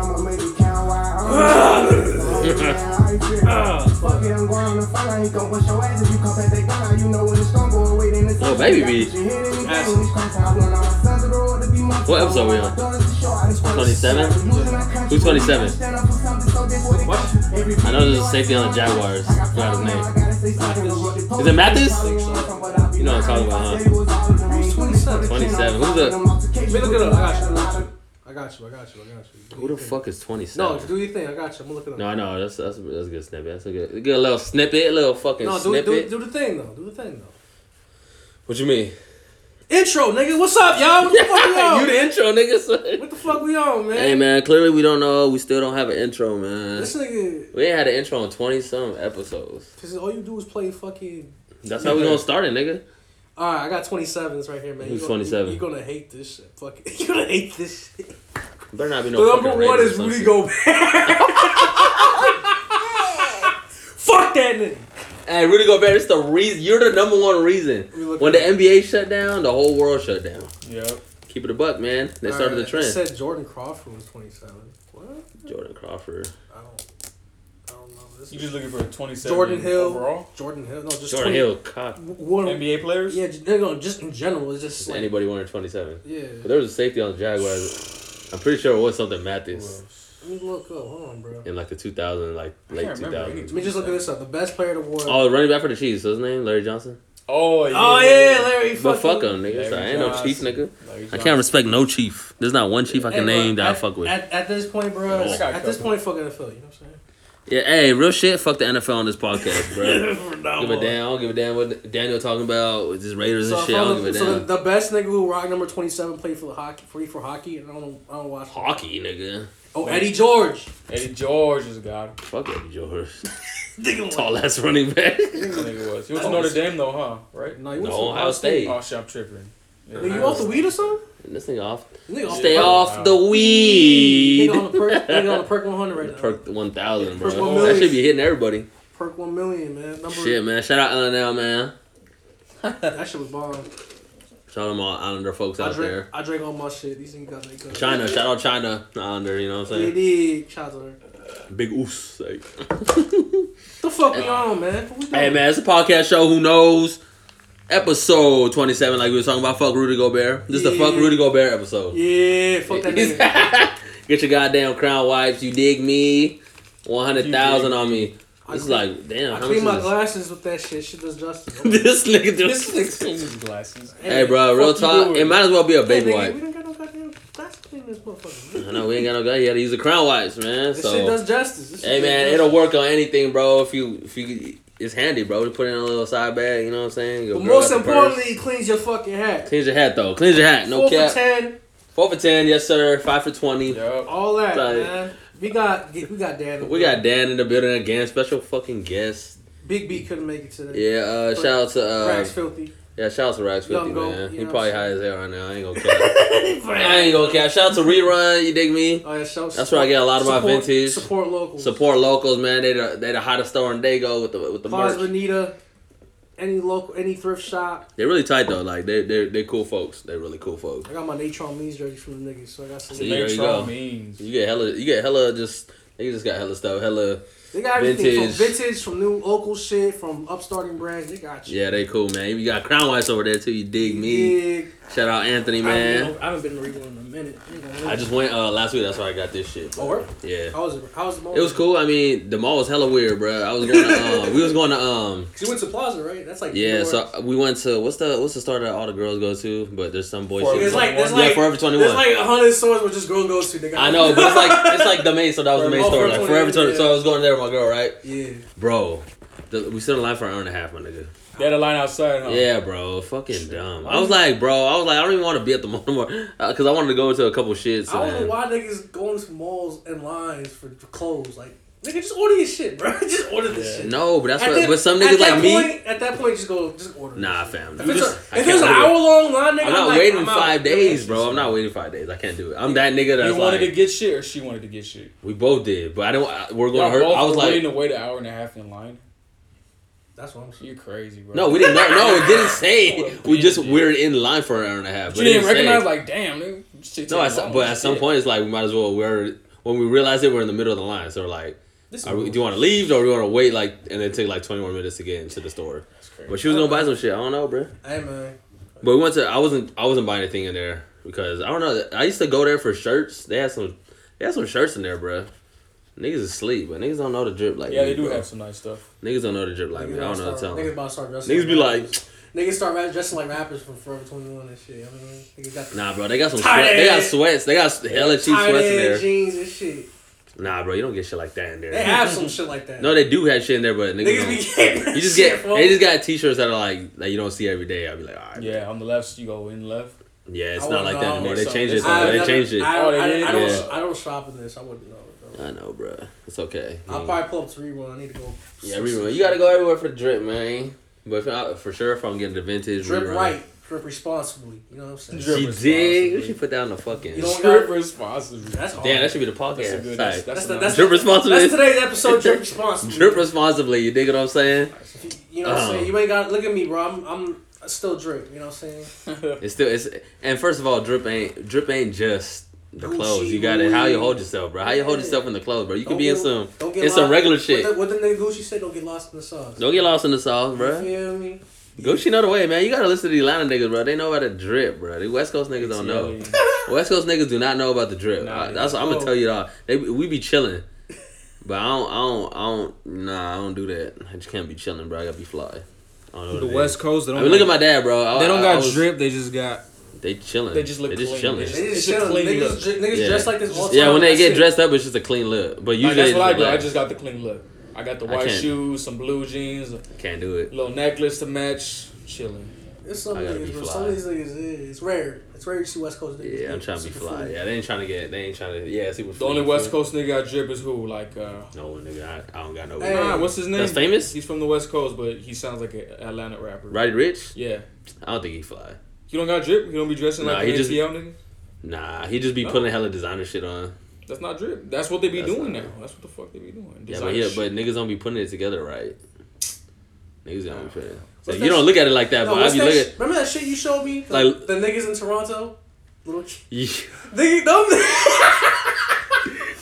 Oh, baby B. What episode we on? 27? Who's 27? I know there's a safety on the Jaguars. Forgot his name. Is it Mathis? You know what I'm talking about, huh? 27. Who's the, Wait, look it up. I got you. I got you. I got you. I got you. who the fuck is No, 27? do your thing. I got you. I'm gonna look it up. No, I know. That's, that's, that's a good snippet. That's a good, good little snippet, little fucking No, do, snippet. do, do the thing though. Do the thing though. What you mean? Intro, nigga. What's up, y'all? What the fuck we on? you the intro, nigga. son. What the fuck we on, man? Hey man, clearly we don't know. We still don't have an intro, man. This nigga, We ain't had an intro in twenty some episodes. this is- all you do is play fucking. That's how we gonna start it, nigga. All right, I got 27s right here, man. Who's You gonna- 27? You, are gonna hate this shit. Fuck it. You're gonna hate this shit. Better not be The no. number fucking one Raiders is or some Rudy shit. Gobert. Fuck that nigga. Hey, Rudy Gobert, it's the reason. You're the number one reason. We look When the at- NBA shut down, the whole world shut down. Yep. Keep it a buck, man. They All started right, the trend. I said Jordan Crawford was 27. What? Jordan Crawford. I don't. I don't know. This You is just looking for a 27 Jordan Hill. overall Jordan Hill. No, just Jordan 20 Hill, cock. One, NBA players. Yeah, ju- no, no, just in general, it's just like Anybody wanted 27. yeah. But there was a safety on the Jaguars. I'm pretty sure it was something Mathis Let me look up. Hold on, bro. in like the 2000, like late can't remember any 2000s. Let me just look at this up. The best player at award. Oh, the running back for the Chiefs. What's his name? Larry Johnson. Oh yeah. Oh, yeah, Larry. But fucking- fuck him, nigga. So I Larry ain't no Johnson. chief, nigga. Larry I Johnson. can't respect no chief. There's not one chief I Hey, can bro, name that I at- fuck with. At, at this point, bro, This guy at this point, covered. fuck NFL. You know what yeah, hey, real shit. Fuck the NFL on this podcast, bro. I'm saying? From now give a on. damn. I don't give a damn what Daniel talking about. With his Raiders So, and shit. I I found don't the, give a so damn. the, the best nigga who rocked number twenty seven played for the hockey, free for hockey, and I don't, I don't watch Hockey, nigga. Oh, Eddie George. Eddie George is a god. Fuck Eddie George. Nigga, Tall ass running back. That nigga was. He was Oh. Notre Dame though, huh? Right. No, you No, want some Ohio Ohio State. Oh shit, I'm tripping. Yeah. Nigga, you off the weed or something? This nigga off. Nigga, Stay the perk. off the Nigga weed. on the perk. Nigga on the perk one hundred right now. Perk the 1,000, bro. Perk one that million. should be hitting everybody. Perk one million, man. Number Shit, man. Shout out LNL, man. that shit was bomb. Shout out them all Islander folks I out drank, there. I drank all my shit. These niggas got they good. China. Shout out China. Islander, you know what I'm They saying? did. Shout out to her. Big oofs. Like. The fuck we on, man? What we doing? Hey man, it's a podcast show. Who knows? Episode twenty seven, like we were talking about. Fuck Rudy Gobert. This is the Yeah. fuck Rudy Gobert episode. Yeah, fuck that nigga. Get your goddamn crown wipes. You dig me? One hundred thousand on me. I This is clean- like damn. I how much clean my is glasses with that shit. Shit does justice. this? this nigga This just. is exclusive glasses. Hey bro, real fuck you talk. doing? It might as well be a Hey, baby nigga, wipe. We don't got no goddamn glasses in this motherfucker. I know we ain't got no guy. You gotta use the crown wipes, man. This shit So does justice. This shit hey does man, justice. it'll work on anything, bro. If you if you, it's handy, bro. To put it in a little side bag. You know what I'm saying? Your But girl most got the purse. importantly, it cleans your fucking hat. Cleanse your hat though. Cleanse your hat. No Four cap. for ten, Four for ten, yes sir. Five for twenty. Yup. all that, Like- man. We got we got Dan. We got Dan in the building again. Special fucking guest. Big B couldn't make it today. Yeah, uh, shout out to uh, Rack's filthy. yeah, shout out to Rax Fifty Young Goat, man. you He know probably what high as hell right now. I ain't gonna cap. I ain't gonna cap. Shout out to Rerun. You dig me? Oh, yeah, shout- That's where I get a lot of my support- vintage. Support locals. Support locals, man. They the, they the hottest store in Dago with the with the Plaza merch. Bonita, any local, any thrift shop. They're really tight though. Like they they they're cool folks. They're really cool folks. I got my Natron Means jersey from the niggas, so I got some. See? there you Natron go. means. You get hella you get hella just they just got hella stuff. Hella They got everything from Vintage. vintage, from new local shit, from upstarting brands. They got you. yeah, they cool man. You got Crown Whites over there too. You dig me? Yeah. Shout out Anthony I, man. haven't, I haven't been to Regal in a minute. Ain't gonna lie. I just went uh last week. That's where I got this shit. Or Yeah. how was it? How was the moment? It was cool. I mean, the mall was hella weird, bro. I was going to, um, we was going to, um, 'Cause You went to Plaza, right? That's like yeah. indoor. So we went to what's the what's the store that all the girls go to, but there's some boy Forever shit. There's like there's yeah, like Forever Twenty there's One. like a hundred stores where just girl goes to. They got I know, but it's like it's like the main. So that was the main Oh, store, Forever 21, like Forever Twenty. yeah. So I was going there with my girl, right, yeah. bro. The, we stood in line for an hour and a half, my nigga. They had a line outside, Oh. huh? Yeah, bro, fucking dumb. I was like, bro, I was like, I don't even want to be at the mall anymore because I wanted to go to a couple shits. I don't know man. why niggas going to malls and lines for for clothes. Like, nigga, just order your shit, bro. just order this Yeah. shit. No, but that's At what. that- But some at niggas that like me, point- At that point, just go, just order. nah, this shit. fam. If You it's, just- I a, if can't it's an do it. hour long line, nigga, I'm not like, waiting I'm out. five Yo, days, shit, bro. I'm shit. not waiting five days. I can't do it. I'm that nigga You that's wanted like, to get shit, or she wanted to get shit. we both did, but I don't. I, we're Y'all going to hurt. both I was were like, waiting to wait an hour and a half in line. That's what I'm saying. You crazy, bro? no, we didn't. know. No, it didn't say. We just Yeah. we're in line for an hour and a half. But you but it didn't recognize, say. like, damn, dude. No, at some- but at some point, it's like we might as well. We're when we realize it, we're in the middle of the line, so we're like, This Are we, do you want to leave or do you want to wait like and then take like 20 more minutes to get into the store? That's crazy. But she was gonna buy some shit. I don't know, bro. Hey man, But we went to. I wasn't. I wasn't buying anything in there because I don't know. I used to go there for shirts. They had some. They had some shirts in there, bro. Niggas asleep, but niggas don't know the drip like yeah, me, they do bro. have some nice stuff. Niggas don't know the drip like me. I about don't to know how to tell start- 'em. Niggas about to start dressing. Niggas be like, rappers. niggas start ra- dressing like rappers from Forever Twenty One and shit. I mean, niggas got Nah, bro, they got some Tight sweat. They got ass. sweats. They got hella cheap tight sweats in end there. jeans and shit. Nah, bro, you don't get shit like that in They there. have some shit like that. No, they do have shit in there, but niggas, niggas be don't. getting You just shit, get. fool. They just got t-shirts that are like that you don't see every day. I'll be like, all right. Yeah, Yeah, on the left, you go in left. it's I wouldn't not like know. that anymore. They It's changed it. something- Though. I've They never- changed it. I, Oh, they I, did? I, don't, Yeah. I don't shop in this. I wouldn't know. Bro. I know, bro. It's okay. I'll probably pull up to rerun. I need to go. Yeah, rerun. You gotta go everywhere for the drip, man. But if I, for sure, if I'm getting the vintage Drip rerun, right, drip responsibly. You know what I'm saying? Drip. she dig. We should put that on the fucking. You don't- Strip responsibly. That's hard. Damn, that should be the That's a podcast. good. That's That's That's, that's, the- a that's- nice- drip responsibly. That's today's episode. Drip responsibly. Drip responsibly. You dig what I'm saying? You know what I'm Uh-huh. saying? You ain't got look at me, bro. I'm, I'm still drip. You know what I'm saying? It's still it's and first of all, drip ain't drip ain't just the Gucci, clothes. You got to How you hold yourself, bro? How you hold Yeah. yourself in the clothes, bro? You Don't can be in get- some Don't get in some lost- regular shit. What the, what the nigga Gucci said? Don't get lost in the sauce. Don't get lost in the sauce, You bro. feel me? Gucci know the way, man. You gotta listen to the Atlanta niggas, bro. They know about the drip, bro. The West Coast niggas don't know. West Coast niggas do not know about the drip. Nah, I, that's I'm gonna no. tell you all. They we be chilling, but I don't I don't I don't nah I don't do that. I just can't be chilling, bro. I gotta be fly. I don't know what The it West is. Coast, they I don't. mean, look at got- my dad, bro. I- They don't I- I got was- drip. They just got. They chilling. They just look They just clean. chilling. They They It's just a chilling. clean Niggas, look. dri- niggas Yeah. dress like this all the time. Yeah, when they That's get it. dressed up, it's just a clean look. But usually, Like, that's what I it's do. I black. just got the clean look. I got the I white can't- shoes, some blue jeans, a can't do it. little necklace to match. Chilling. It's some I gotta niggas, be bro. fly. Some of these niggas is. It's rare. It's rare you see West Coast niggas. Yeah, I'm niggas trying to be super fly. fool. Yeah, they ain't trying to get. They ain't trying to. Yeah, see what. The only West Coast nigga I drip is who? Like, uh, No one, nigga. I, I don't got no. Hey. nah, what's his name? That's famous? He's from the West Coast, but he sounds like an Atlanta rapper. Roddy Rich? Yeah. I don't think he fly. You don't got drip? You don't be dressing Nah, like he an just- ATL nigga? Nah, he just be No. putting hella designer shit on. That's not drip. That's what they be That's doing not now. That's what the fuck they be doing. Yeah, but Designer yeah, shit. but niggas don't be putting it together right. Niggas don't be putting. It. So What's you don't that look at it like that, No, but I what's be that looking. sh- remember that shit you showed me? The, Like- the niggas in Toronto? Little ch- Yeah. nigga, dumb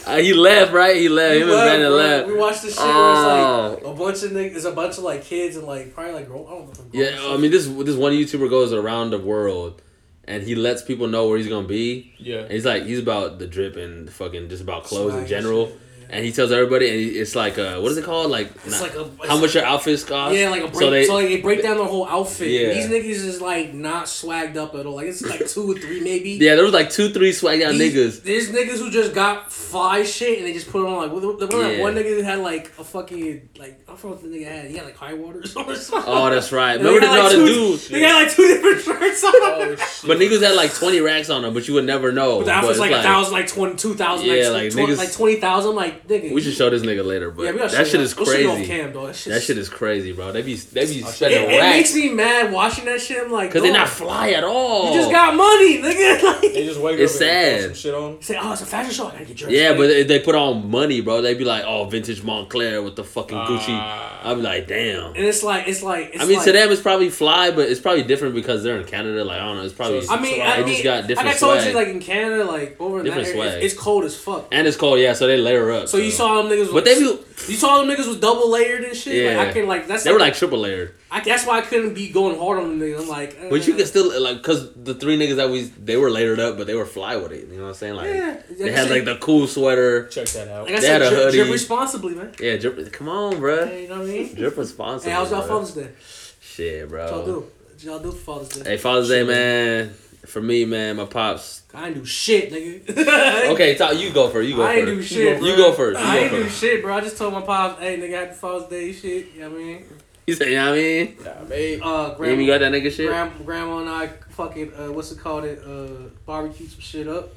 Uh, he left, right? He left. Him and Brandon left. We watched the shit Oh. where it's like a bunch of niggas, it's a bunch of like kids and like probably like grown. I don't know. if they're grown Yeah, or I mean this this one YouTuber goes around the world, and he lets people know where he's gonna be. yeah. And he's like, he's about the drip and fucking just about clothes Swag in and general. shit, And he tells everybody, and he, it's like, uh, what is it called? Like, It's not- like a how much your outfits cost? Yeah, like a break. So So, they, like they break down the whole outfit. Yeah. These niggas is like not swagged up at all. Like it's like two or three maybe. yeah, there was like two, three swag down These- niggas. There's niggas who just got fly shit and they just put it on like what, what, what that Yeah. one nigga that had like a fucking like I don't know what the nigga had. He had like high waters or something. Oh, that's right. And they Remember the, got, like, all the two- dudes. They had like two different shirts on. Oh, shit. But niggas had like 20 racks on them, but you would never know. but the outfit's it's like a thousand, like twenty two thousand, Yeah, like like, tw- niggas- like twenty thousand, like nigga. We should show this nigga later, but yeah, we gotta show that shit y'all. is We'll show you off crazy. cam, dog. That, That shit is crazy, bro. They be, they be shit. It, spending it makes racks. me mad watching that shit. I'm like, Because they're dog, not fly at all. You just got money, nigga. Like, They just wake It's up and sad. throw some shit on. say, oh, it's a fashion show. I gotta get dressed. Yeah, Like, but if they put on money, bro, they be like, oh, vintage Montclair with the fucking Gucci. Ah. I'd be like, damn. and it's like, it's like, it's I mean, like, to them, it's probably fly, but it's probably different because they're in Canada. Like, I don't know. It's probably. So I mean, I They mean, just got different like I told swag. you, like in Canada, like over in Different that area, swag. it's, it's cold as fuck. and it's cold, yeah, so they layer up. So you saw them niggas, with, But they be. you saw them niggas was double layered and shit. Yeah. Like, I can like that's They were like triple layered. I, that's why I couldn't be going hard on them niggas. I'm like, eh. But you could still, like, because the three niggas that we. They were layered up, but they were fly with it. You know what I'm saying? Like, yeah. they had, like, the cool sweater. Check that out. Like I they said, had a drip, hoodie. drip responsibly, man. Yeah, drip. Come on, bruh. Hey, you know what I mean? Drip responsible. Hey, how's y'all bruh. Father's Day? Shit, bro. What y'all do? What y'all do for Father's Day? Uh, Hey, Father's Day, man. For me, man, my pops. I ain't do shit, nigga. Okay, talk, you go first. You go I ain't first. do shit. You bruh. go first. You I go ain't do first. shit, bro. I just told my pops, hey, nigga, happy Father's Day, shit. You know what I mean? You say, you know what I mean? Nah, babe. Uh, You ain't grandma, even got that nigga shit? grandma, grandma and I fucking, uh, what's it called? It, uh, barbecue some shit up.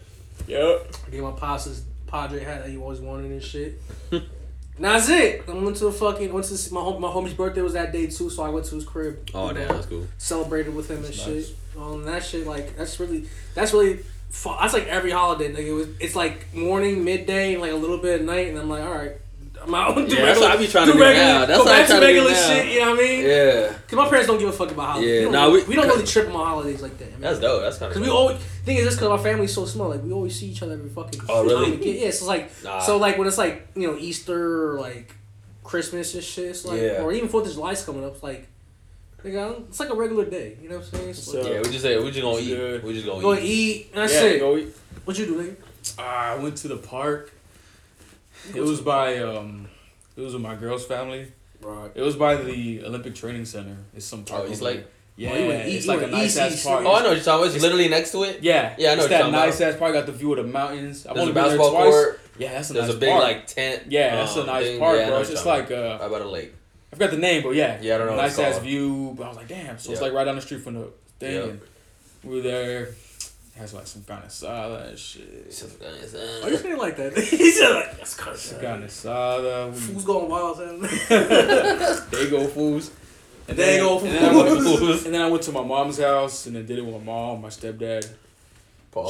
Yep. I gave my pops his Padre hat that he always wanted and shit. And that's it. I went to a fucking, went to s- my, hom- my homie's birthday was that day too, so I went to his crib. Oh, You damn, know, that's cool. Celebrated with him That's and nice. shit. Um, that shit, like, that's really, that's really, fu- that's like every holiday, nigga. It was, it's like morning, midday, and like a little bit at night, and I'm like, all right, I'm my own. do Yeah, that's what I be trying to do regular- now. That's go what I back to try to do regular now. shit. You know what I mean? Yeah, Cause my parents don't give a fuck about holidays. Yeah, we don't, nah, really- we- we don't really trip on holidays like that. I mean, that's dope. That's kind Cause of. we always thing is just cause our family's so small, like we always see each other every fucking. Oh, really? time we get- Yeah, so it's like Nah. so like when it's like you know Easter or like Christmas and shit, it's like Yeah. or even Fourth of July's coming up, it's like nigga, I don't- it's like a regular day. You know what I'm saying? It's So- like, yeah, we just say we just gonna eat. Yeah. We just gonna go eat. and eat and that's yeah, it. Go eat. What you do, nigga? Ah, I went to the park. It was by um, it was with my girl's family. Right. It was by the Olympic Training Center. It's some park. Oh, East over Lake? there. Yeah, Oh, you went it's east- like you a went nice east, ass east, park. east. Oh, I know what you're talking about. It's literally next to it. Yeah, Yeah, I know It's what you're that talking about. nice ass park. Got the view of the mountains. I've There's only a been there basketball twice. court. Yeah, that's a There's nice a big park. like tent. yeah, that's a um, nice thing. park, Yeah, I know bro. what It's you're just talking like uh, about. Right by the lake. I forgot the name, but yeah, Yeah, I don't know what Nice it's ass called. view. But I was like, damn. So it's Yeah. like right down the street from the thing. Yeah. and we were there. Has like some kind of salad and shit. Why you saying like that? He's just like that's Some crazy. kind of salad. We- Fools going wild, man. They go fools. And They then- go And then, I went, fools. and then I went to my mom's house and then did it with my mom, my stepdad,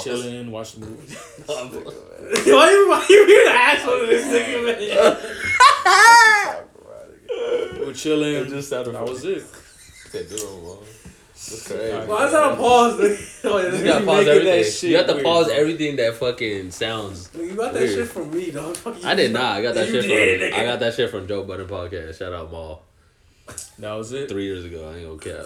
chilling, watched the movie. why you why you hear the asshole of this nigga? Man? we were chilling. It just sounded that was it. That's crazy. Why is that a pause? nigga? Oh, yeah, You You gotta be pause making that everything. shit You have to weird, pause bro. everything that fucking sounds. You got that Weird. shit from me, dog. Fuck you. I did not. I got that You shit did, from. nigga. I got that shit from Joe Budden podcast. Shout out Maul. That was it. Three years ago, I ain't gonna cap.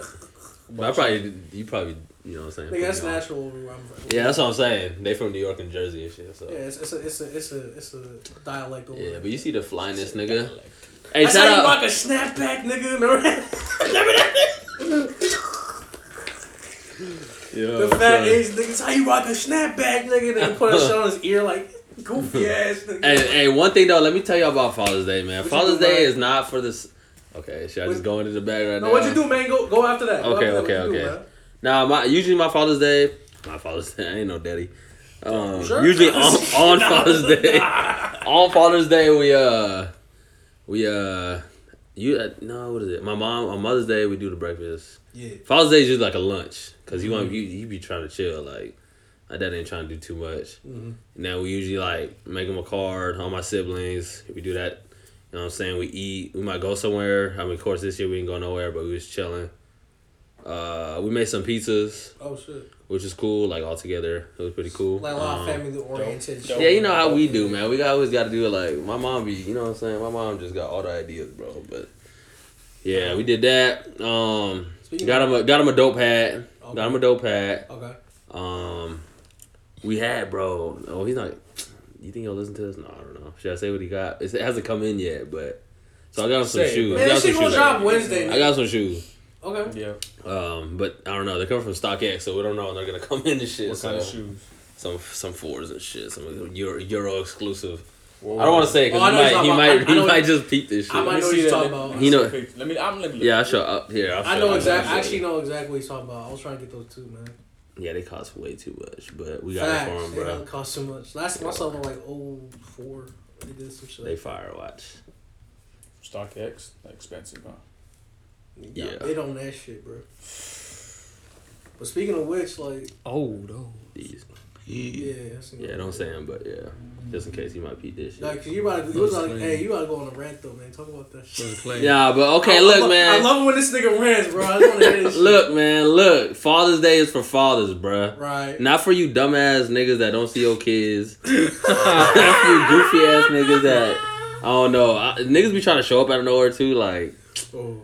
But I probably you probably you know what I'm saying. Nigga, that's put me on. natural. Where I'm from. Yeah, that's what I'm saying. They from New York and Jersey and shit. So Yeah, it's, it's a it's a it's a it's a dialect. Over yeah, there. but you see the flyness, nigga. Hey, That's shout how you rock out. a snapback, nigga. Remember that? Remember that? The Oh, fat age nigga. That's how you rock a snapback, nigga. Then you put a shit on his ear like goofy ass nigga. Hey, hey, one thing though, let me tell you all about Father's Day, man. What you Father's do, Day man? is not for this. Okay, should I just What- go into the bag right no, now? what'd you do, man? Go go after that. Go Okay, after okay, that. What'd you do, okay. man? Nah, my usually my Father's Day, my Father's Day. I ain't no daddy. Um, Sure. Usually on, on Father's Day, on Father's Day we uh we uh you uh, no what is it? My mom on Mother's Day we do the breakfast. Yeah. Father's Day is just like a lunch because you want you you be trying to chill like my dad ain't trying to do too much. Mhm. Now we usually like make him a card, all my siblings. We do that. You know what I'm saying? We eat. We might go somewhere. I mean, of course, this year we didn't go nowhere, but we was chilling. Uh, we made some pizzas, Oh shit. which is cool. Like all together, it was pretty cool. Like a lot Um, of family oriented. dope. yeah, you know how we do, man. We got- always got to do it like my mom be, you know what I'm saying? My mom just got all the ideas, bro. But yeah, we did that. Um, Speaking got of- him a got him a dope hat. Got Okay. him a dope hat. Okay. Um, we had bro. Oh, he's not. You think he'll listen to this? No, I don't know. Should I say what he got? It's, it hasn't come in yet, but so I got him some Say it, shoes. bro. I Man, got that some shit gonna shoes. drop Wednesday. I got some shoes. Okay. Yeah. Um, but I don't know. They're coming from StockX, so we don't know when they're gonna come in and shit. What so kind of shoes? some some fours and shit. Some Euro, Euro exclusive. Whoa. I don't want to say because Oh, I know what he might he you're might talking about. I- I he know- might just peep this shit. I Let me might know see what you're that. talking Let me- about. He know- Let me. I'm. Let me. look. yeah, I show up here. I I'll show- know I'll show exactly. I you. actually know exactly what he's talking about. I was trying to get those too, man. Yeah, they cost way too much, but we got Facts. it for him, They bro. don't cost too much. Last time I saw them were like oh four. They did some shit. They fire watch. Stock X. Expensive, huh? yeah. yeah. They don't that shit, bro. But speaking of which, like Oh no. These. yeah, that's Yeah, don't say him, but yeah, just in case he might peep this shit. Like, 'cause you about to, you Those was like, claims. hey, you about to go on a rant though, man. Talk about that shit. Yeah, but okay, I- I look, love- man. I love when this nigga rants, bro. I want to hear this. shit. look, man. Look, Father's Day is for fathers, bruh. right. Not for you dumbass niggas that don't see your kids. Not for you goofy ass niggas that I don't know. I, niggas be trying to show up out of nowhere too. Like, ah, Oh.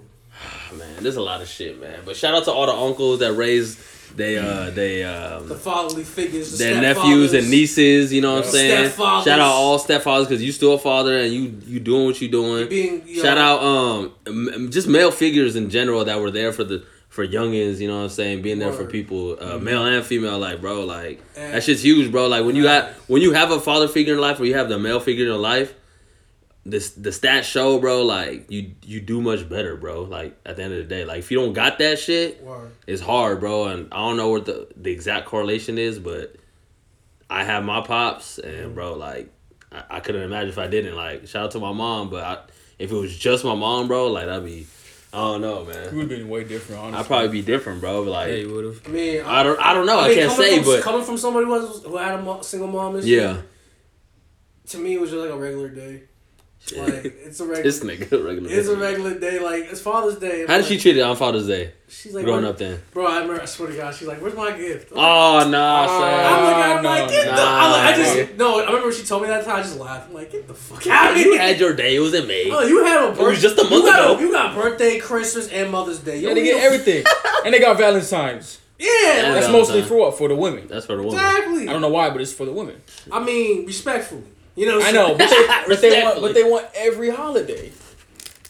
man, there's a lot of shit, man. But shout out to all the uncles that raised they uh they um The fatherly figures, the their nephews and nieces. nieces. You know what I'm Yeah. saying? Stepfathers. Shout out all stepfathers because you still a father and you you doing what you doing. Being you Shout know, out, um, m- m- just male figures in general that were there for the for youngins. You know what I'm saying? Being there for Word. Mm-hmm. people, uh, male and female. Like, bro, like And- that shit's huge, bro. Like when you got when you have a father figure in life, or you have the male figure in life. This the stats show, bro. Like you, you do much better, bro. Like at the end of the day, like if you don't got that shit, Word. it's hard, bro. And I don't know what the, the exact correlation is, but I have my pops, and bro, like I, I couldn't imagine if I didn't. Like shout out to my mom, but I, if it was just my mom, bro, like I'd be, I don't know, We man. would have been way different. Honestly. I'd probably be different, bro. but, Like would have. I mean, I don't, I don't know. I, mean, can't coming say, from, but coming from somebody who, has, who had a mo- single mom, and shit, yeah, To me, it was just like a regular day. Like it's a regular. This nigga, regular. It's a regular day. Like it's Father's Day. How did she like, treat it on Father's Day? She's like growing "Where- up then. Bro, I remember. I swear to God, she's like, "Where's my gift?" I'm Oh nah, Ah, son. like, I'm no, like, get the. no, I'm like, I just nigga. no. I remember when she told me that time. I just laughed. I'm like, get the fuck out of here. You had your day. It was in May. Oh, you had a birthday. was just a month you got ago. you got birthday, Christmas, and Mother's Day. You Yeah, don't they get need a- everything, and they got Valentine's. Yeah, Yeah. like, That's mostly for what? For the women. That's for the woman. exactly. I don't know why, but it's for the women. I mean, respectful. You know. I know, but, they- but they want, Respectfully. but they want every holiday.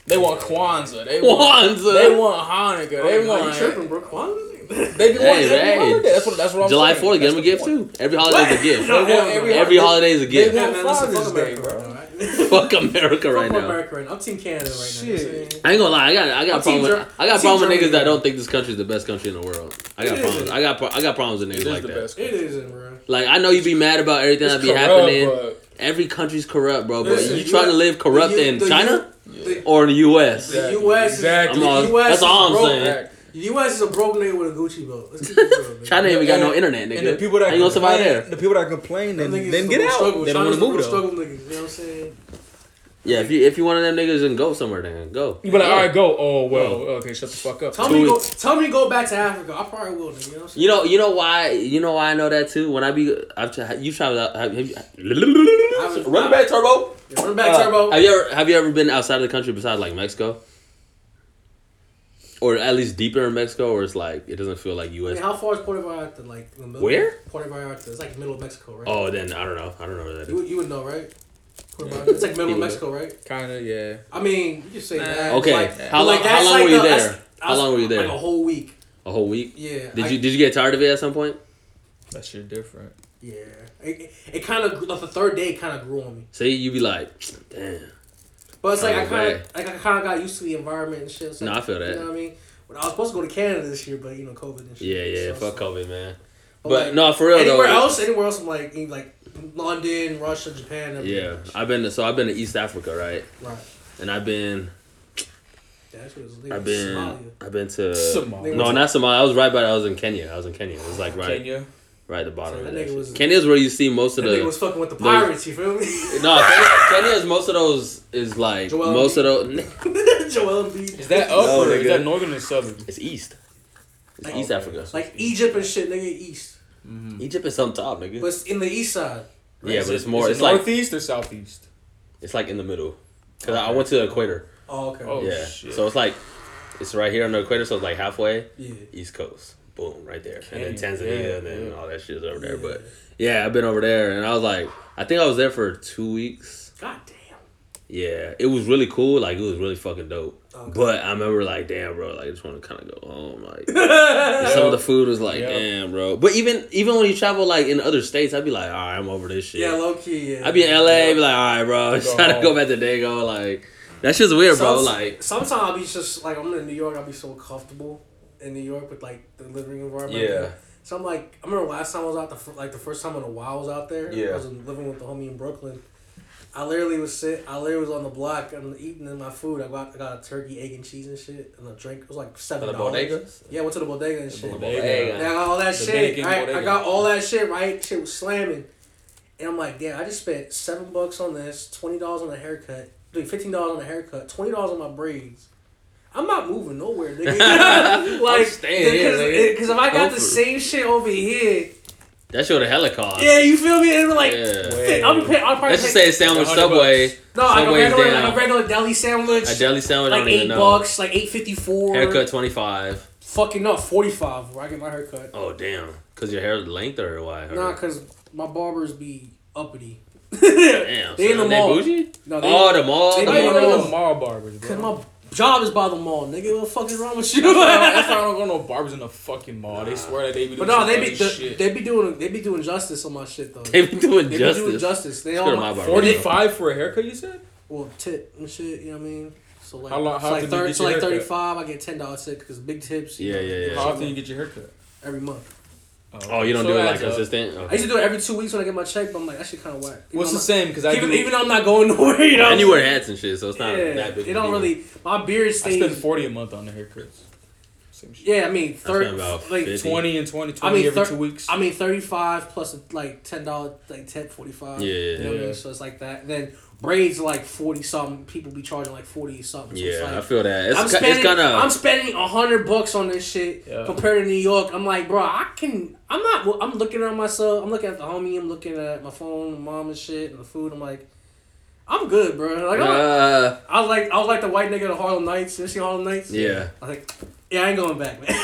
They want Kwanzaa. They want, Kwanzaa. they want Hanukkah. They Everyone Oh, you want. tripping, bro? Kwanzaa? They want Hey, every hey. holiday. That's what. That's what I'm July saying. Fourth, get That's him a the gift point. too. Every holiday is a gift. No, They want hell no. Every holiday. holiday is a They gift. want man, listen, Father's fuck Day, America, bro. bro. Fuck America right Fuck now. America right now. I'm Team Canada right now. Shit. so- I ain't gonna lie, I got I got I'm team problem with, Ger- I I'm got team problem with Germany. niggas that don't think this country is the best country in the world. I got It problems. isn't. I got pro- I got problems with It niggas is like the that. best. It isn't, bro. Like I know you be mad about everything It's that be corrupt, happening. but- Every country's corrupt, bro. But Listen, you you- trying to live corrupt the U- in the U- China The, or in the U.S. the Exactly. U.S. is- Exactly. I'm all- the U.S. that's all is I'm broke. saying. The U.S. is a broke nigga with a Gucci belt. Let's keep it real, man. China ain't even got no And- internet, nigga. And the people that ain't gonna survive complain- there. The people that complain, then, Them niggas then is the get real out. Struggle. They don't want China's to the real move though. Struggle niggas. You know what I'm saying? Yeah, if you if you one of them niggas, then go somewhere. Then go. You be like, Yeah. all right, go. Oh well, okay, shut the fuck up. Tell Two me, go, weeks. tell me, to go back to Africa. I probably will. Nigga, you know what I'm saying? You know, you know why, you know why I know that too. When I be, I've tra- you traveled out. Have, have you, was- running back turbo. Yeah, run back, Uh, Turbo. Have you ever have you ever been outside of the country besides like Mexico? Or at least deeper in Mexico, where it's like it doesn't feel like I U.S. mean, how far is Puerto Vallarta? Like the middle. Where? Puerto Vallarta. It's like middle of Mexico, right? Oh, then I don't know. I don't know where that You, is. would- you would know, right? Puerto Vallarta. It's like middle You of would Mexico, right? Kinda, yeah. I mean, you can say Nah. that. Okay, Like, how like, long- that's how long like were you the- there? that's- How long were you there? Like a whole week. A whole week. Yeah. Did I- you did you get tired of it at some point? That shit different. Yeah. It, it, it kind of like the third day kind of grew on me, See, you be like, damn. but it's like I Oh, kind man. of like I kind of got used to the environment and shit. So No, I feel You that. know what I mean? But I was supposed to go to Canada this year, but you know COVID and shit. Yeah, yeah. so Fuck it's like- COVID, man. but, But like, no, for real though. Anywhere else? Anywhere else? I'm like in, like London, Russia, Japan. everything. Yeah, I've been to so I've been to East Africa, right? Right. And I've been That shit was lit. I've been Somalia. I've been to Somalia. Uh, no not Somalia. I was right by I was in Kenya. I was in Kenya. It was like right Kenya. right at the So bottom. of that that nigga shit. was- Kenya's where you see most That of nigga the was fucking with the the- pirates. You feel me? No, Kenya, Kenya is most of those is like Joel most of those. Joel Embiid. Is that up No, or is nigga. that northern or southern? It's East. It's Like- East Africa. Like Egypt and shit, nigga. East, Mm-hmm. Egypt is on top, nigga. but it's in the east side. yeah, Is but it- it's more. is it It's like northeast or southeast. it's like in the middle. Cause I I went to the equator. Oh, okay. Oh, yeah. shit. So it's like it's right here on the equator. So it's like halfway Yeah. East Coast. Boom, right there. And Kenya, then Tanzania yeah, and then yeah. all that shit is over there. Yeah. But yeah, I've been over there, and I was like, I think I was there for two weeks. God damn. Yeah, it was really cool. Like it was really fucking dope. Okay. But I remember like, damn, bro, like I just want to kind of go home. Like and some of the food was like, Yeah. damn, bro. But even even when you travel like in other states, I'd be like, all right, I'm over this shit. Yeah, low key. Yeah. I'd be in LA, be like, all right, bro, I'm Go trying to home. go back to Dago. Like that shit's weird, bro. Some- Like sometimes I'll be just like I'm in New York. I'll be so comfortable in New York with like the living environment. Yeah. So I'm like, I remember last time I was out the fir- like the first time in a while I was out there. Yeah. I was living with the homie in Brooklyn. I literally was sit. I literally was on the block. I'm eating in my food. I got I got a turkey, egg, and cheese and shit, and a drink. It was like seven dollars. Yeah, went to the bodega and shit. And I bodega. got all that The shit. Dominican Right? I bodega. got all that shit. Right, shit was slamming, and I'm like, damn, I just spent seven bucks on this, twenty dollars on a haircut, dude, fifteen dollars on a haircut, twenty dollars on my braids. I'm not moving nowhere, nigga. like, I'm staying here, nigga. because eh, if I got the Comfort. same shit over here, That shit would have hella cost. yeah, you feel me? And we're like, Yeah. fit- I'm pay- I'll probably Let's pay, just say a sandwich, $100 Subway, no, like a Subway's regular, down. like a regular deli sandwich, a deli sandwich. I like don't even eight know. bucks, like eight fifty four. Haircut twenty five. fucking no, forty five. Where I get my haircut. Oh damn, cause your hair length or why? Or- Nah, cause my barbers be uppity. Damn, They in son, the mall. bougie? No, they- oh, the mall. they the might I mall. don't know. go to mall barbers, bro. Cause my job is by the mall, nigga. What the fuck is wrong with you? That's but why I don't go to no barbers in the fucking mall. They swear that they be doing no, some they be funny the, shit. they be doing they be doing justice on my shit though. They They be doing be justice. doing justice. They Let's all go to my barber. forty 45 for a haircut, you said? well tip and shit. You know what I mean? So like How long- so how like often do you thirty get so your like thirty haircut? five. I get ten dollars tip because big tips. you know, Yeah, yeah, yeah. How often you get your haircut? Every month. Oh, you don't So do it that's like up. consistent. I Okay. used to do it every two weeks when I get my check, but I'm like that shit kind of whack. Even What's though the same? Because I I'm not- Even, do- even though I'm not going nowhere, you know. what And I'm you wear saying? hats and shit, so it's not yeah, that big. of It a don't deal. really. My beard I spend stays. 40 a month on the haircuts. Same shit. Yeah, I mean spend thirty. about Like 50. 20 and 20, 20 I mean, every thir- two weeks. I mean, thirty five plus like ten dollar, like ten forty five. Yeah, yeah, you know What I yeah. mean? So it's like that. And then braids like forty something. People be charging like forty something. So it's Yeah, I like, feel that. It's, I'm ki- spending, it's kind I'm of spending a hundred bucks on this shit Yeah. compared to New York. I'm like, bro, I can. I'm not. well, I'm looking at myself. I'm looking at the homie. I'm looking at my phone, mom and shit, and the food. I'm like, I'm good, bro. Like, I'm- uh, I was like, I was like the white nigga at Harlem Nights. You see Harlem Nights? yeah. I was like, yeah, I ain't going back, man.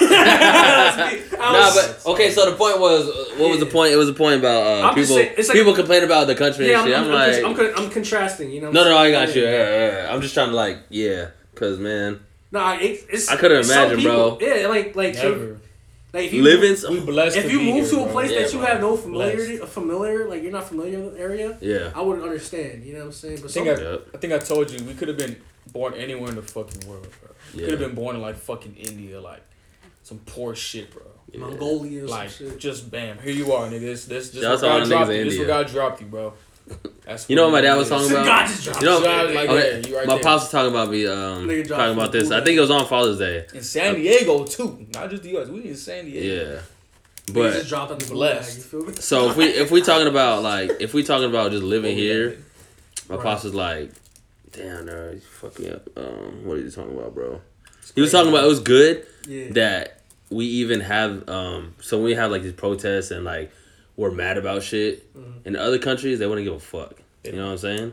I was- Nah, but okay. So the point was, uh, what was the Yeah. point? It was a point about uh, I'm just people. saying- it's like- people complain about the country yeah, and I'm, shit. I'm, I'm, I'm, like, just- I'm, con- I'm contrasting, you know. no, no, I got you. Yeah, yeah, yeah. I'm just trying to like, yeah, cause man, No, I- it, it's. I couldn't it's some imagine, bro. people- Yeah, like like Never. like if you living. We blessed. if you be move here, to a bro. place Yeah, that you bro. have no familiarity, familiar like you're not familiar with the area, Yeah. I wouldn't understand. You know what I'm saying? But I think some- I, Yep. I think I told you we could have been born anywhere in the fucking world, bro. We Yeah. could have been born in like fucking India, like some poor shit, bro. Mongolia or Like some shit. just bam, here you are, nigga. This this this Shout out what to God all the dropped niggas in you. This what India. God dropped you, bro. That's You know what what my dad was it talking is. about? God just dropped You know, So I was like, okay, yeah, you right my there. pops was talking about me. Um, Nigga dropped talking about this. I think it was on Father's Day. in San Diego too, not just the U.S. We in San Diego. Yeah, Niggas but just dropping the blessed. blessed. You feel me? so if we if we talking about like if we talking about just living Over here, my Right. pops was like, "Damn, bro, you fuck me up." Um, what are you talking about, bro? He was talking about it was good Yeah. that we even have um so we have like these protests and like we're mad about shit. Mhm. In other countries, they wouldn't give a fuck. You Yeah. know what I'm saying?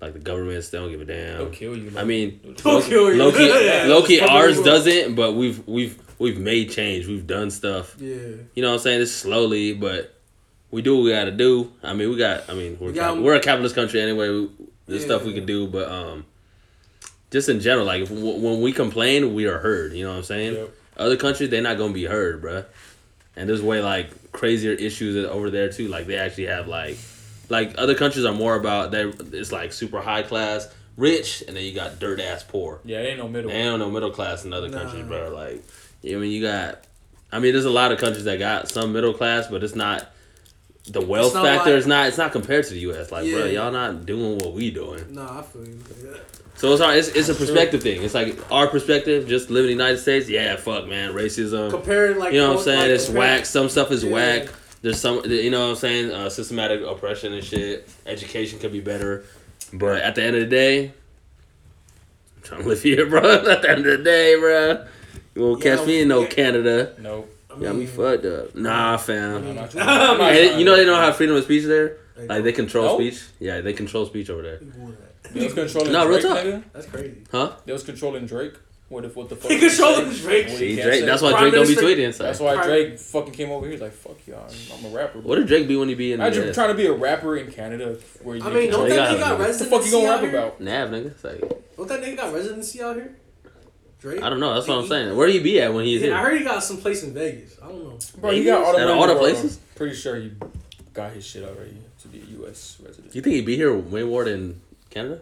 Like the governments, they don't give a damn. They'll kill you. I mean, Don't Loki, kill you. Loki, Yeah. Loki Fucking ours world. doesn't, but we've we've we've made change. We've done stuff. Yeah. You know what I'm saying? It's slowly, but we do what we gotta do. I mean, we got. I mean, we're We got- cap- we're a capitalist country anyway. We, there's stuff we um, Yeah. can do, but um, just in general, like if, w- when we complain, we are heard. You know what I'm saying? Yep. Other countries, they're not gonna be heard, bruh. And there's way like crazier issues that- over there too. Like they actually have like, like other countries are more about they. It's like super high class, rich, and then you got dirt ass poor. yeah, there ain't no middle. They don't know middle class in other Nah. countries, bro. Like, I mean, you got. I mean, there's a lot of countries that got some middle class, but it's not. The wealth not factor like- is not. It's not compared to the U.S. Like, bro, Yeah. y'all not doing what we doing. Nah, I feel you. Yeah. So it's our, it's, it's a perspective thing. It's like our perspective, just living in the United States. Yeah, fuck, man, racism. Compare like you know what I'm both, saying? like, It's compare- whack. Some stuff is Yeah. whack. There's some, you know what I'm saying? Uh, systematic oppression and shit. Education could be better, but at the end of the day, I'm trying to live here, bro. at the end of the day, bro, you won't Yeah, catch me in no yeah. Canada. No, I Got mean, me fucked up. Nah, no, fam. not I'm not And you know they don't have freedom of speech there. They Like they control No? speech. Yeah, they control speech over there. people do that. They was controlling No, real Drake, talk. nigga. That's crazy. They was controlling Drake. What if what the fuck? He controlling Drake. What See, he can't Drake. say. That's why Prime Drake don't be Minister- tweeting. Inside. That's why Prime- Drake fucking came over here. He's like, fuck y'all, I'm, I'm a rapper. What did Drake be when he be in Imagine the trying to be a rapper in Canada where you I mean, don't that They got nigga him, got dude. what the fuck you residency gonna out rap here? about? Nav nigga? It's like Don't that nigga got residency out here? Drake. I don't know. That's what I'm He- saying. Where do you be at when he's Yeah, I here? heard he got some place in Vegas. I don't know. Bro, you got all the Out of money all the in world. places? I'm Pretty sure you got his shit already to be a U.S. resident. You think he'd be here way more than Canada?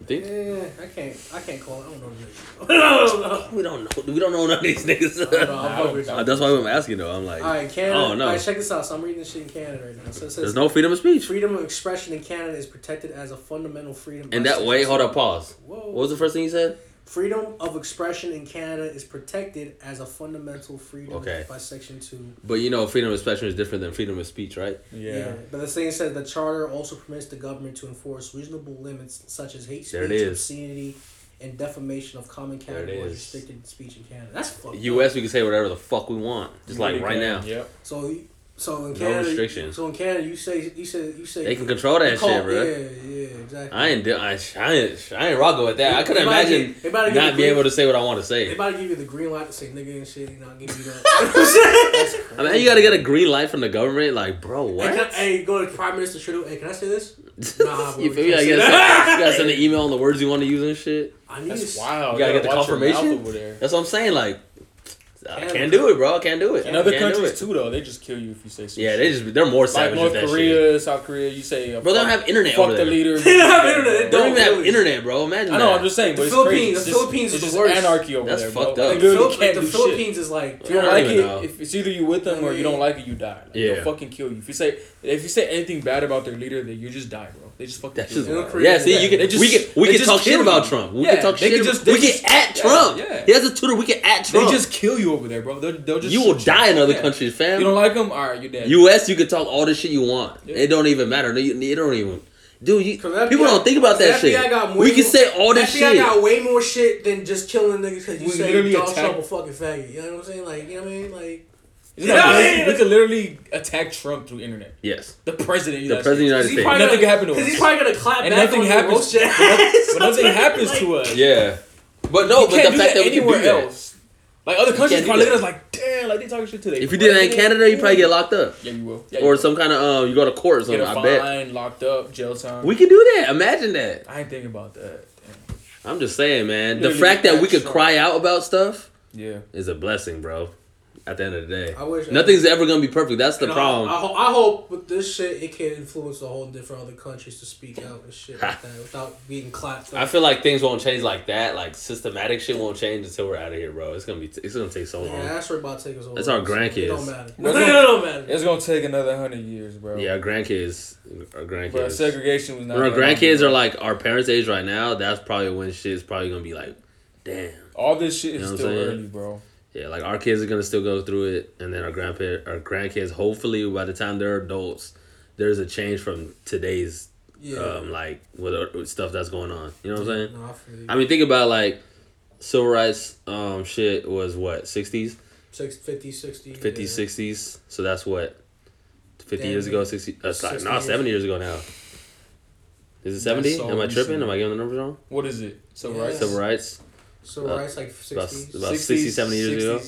You think? Yeah, I can't. I can't call. it. I don't know. Drake. I don't know. We don't know. We don't know none of these I don't know. niggas. I'll fuck with you. Uh, that's why I'm asking though. I'm like, All right, Canada. Oh, no. All right, check this out. So I'm reading this shit in Canada right now. So it there's says no freedom of speech. freedom of expression in Canada is protected as a fundamental freedom. And by that way, hold up, pause. Whoa. What was the first thing you said? Freedom of expression in Canada is protected as a fundamental freedom Okay. by Section Two. But you know, freedom of expression is different than freedom of speech, right? Yeah. But the thing says the charter also permits the government to enforce reasonable limits such as hate There it speech, is. obscenity, and defamation of common There it categories is. restricted speech in Canada. That's fucked up. U.S. we can say whatever the fuck we want, just like Really right can, now. Yep. So, you- so in No Canada, restriction. So in Canada, you say you say you say They can control that you call- shit, bro. Yeah, yeah, exactly. I ain't, do- I, I ain't, I ain't rocking with that. I couldn't They about to give- imagine they about to give you not being green- able to say what I want to They say. about to give you the green light to say nigga and shit, and I'll give you that. I mean, you gotta get a green light from the government, like, bro, hey, can I, what? hey, go to Prime Minister Trudeau. Hey, can I say this? Nah, bro, you we feel can't me? I say gotta, that. send, you gotta send an email on the words you want to use and shit. I need That's to- wild. You gotta get the watch your mouth confirmation? over there. That's what I'm saying. Like, I Can't- can't do it, bro. I can't do it. In other Can't do it. countries too, though, they just kill you if you say something. Yeah, they just they're more like savage. North with that Shit. Korea, South Korea. You say, uh, Bro, they don't fuck- have internet Fuck over the there. leader. They don't have internet. They don't even have Really? internet, bro. Imagine. I know. that. I'm just saying. The But it's Philippines- crazy. the It's just- Philippines it's is just worse. anarchy over That's there. fucked bro. up. They Phil- literally like, can't the do shit. Philippines is like. If you don't I like don't it, even know. if it's either you with them or you don't like it, you die. Like, Yeah. They'll fucking kill you. If you say if you say anything bad about their leader, then you just die, bro. They just fucking That's kill just you. North yeah. Korea, See, you yeah. can They just- we can we they can just talk shit kill about you. Trump. We Yeah, can talk they shit. can about- just- they we just- can at yeah, Trump. yeah. He has a tutor. We can at They Trump. just kill you over there, bro. They'll, they'll just you will shoot die in other Yeah. countries, You don't fam. like them? All right, you're dead. U.S. You can talk all the shit you want. Yeah. It don't even matter. They- It don't even. Dude, you, 'Cause that people FBI don't think about that FBI shit. got way we can more- say all Oh, this FBI shit. got way more shit than just killing niggas because you We say literally Donald attacked- Trump a fucking faggot. You know what I'm saying? Like, you know what I mean? Like, You Yeah, know, I we- mean- we could literally attack Trump through internet. yes. The president. Of the The president United of cause the he United probably States. Nothing gonna, happened to Cause us. he's probably gonna clap And back nothing on your happens- roast your but ass. States. But nothing happens to us. Yeah. But no, You but the can't do fact that that we can do anywhere that. else. Like other countries can't do probably that. look at us like, damn, like they talking shit today. If you did that in Canada, you probably get locked up. Yeah, you will. Yeah, you Or will. some kind of, um, you go to court or get something, a I fine, bet. locked up, jail time. We can do that. Imagine that. I ain't thinking about that. Damn. I'm just saying, man. You The really fact get that we that could shot. cry out about stuff Yeah. is a blessing, bro. At the end of the day. I wish Nothing's ever gonna be perfect. That's the And I- problem. I, ho- I hope with this shit, it can influence a whole different other countries to speak out and shit like that without being clapped. I up. feel like things won't change like that. Like systematic shit won't change until we're out of here, bro. It's gonna be. it's gonna take so long. yeah, that's where about to take us over. That's our So It grandkids. don't matter. No, No, no. it don't matter. It's gonna take another hundred years, bro. Yeah, our grandkids. Our grandkids. But segregation was not. when our gonna happen. grandkids are like our parents' age right now, that's probably when shit's probably gonna be like, damn. All this shit You is know what I'm still saying? early, bro. Yeah, like our kids are gonna still go through it, and then our grandpa, our grandkids. Hopefully, by the time they're adults, there's a change from today's Yeah. um like with, with stuff that's going on. You know what I'm saying? no, I feel you. I mean, think about like civil rights um shit was what sixties. Six, 50, 60. 50s, yeah. 60s. So that's what? 50 Damn years it. ago, 60. Uh, sorry, 60 nah, years. 70 years ago now. Is it That's 70? so Am I recent. tripping? Am I getting the numbers wrong? What is it? Civil Yeah. rights. Civil rights? So Uh, rights like about- 60s. about 60, 70 years ago. ago.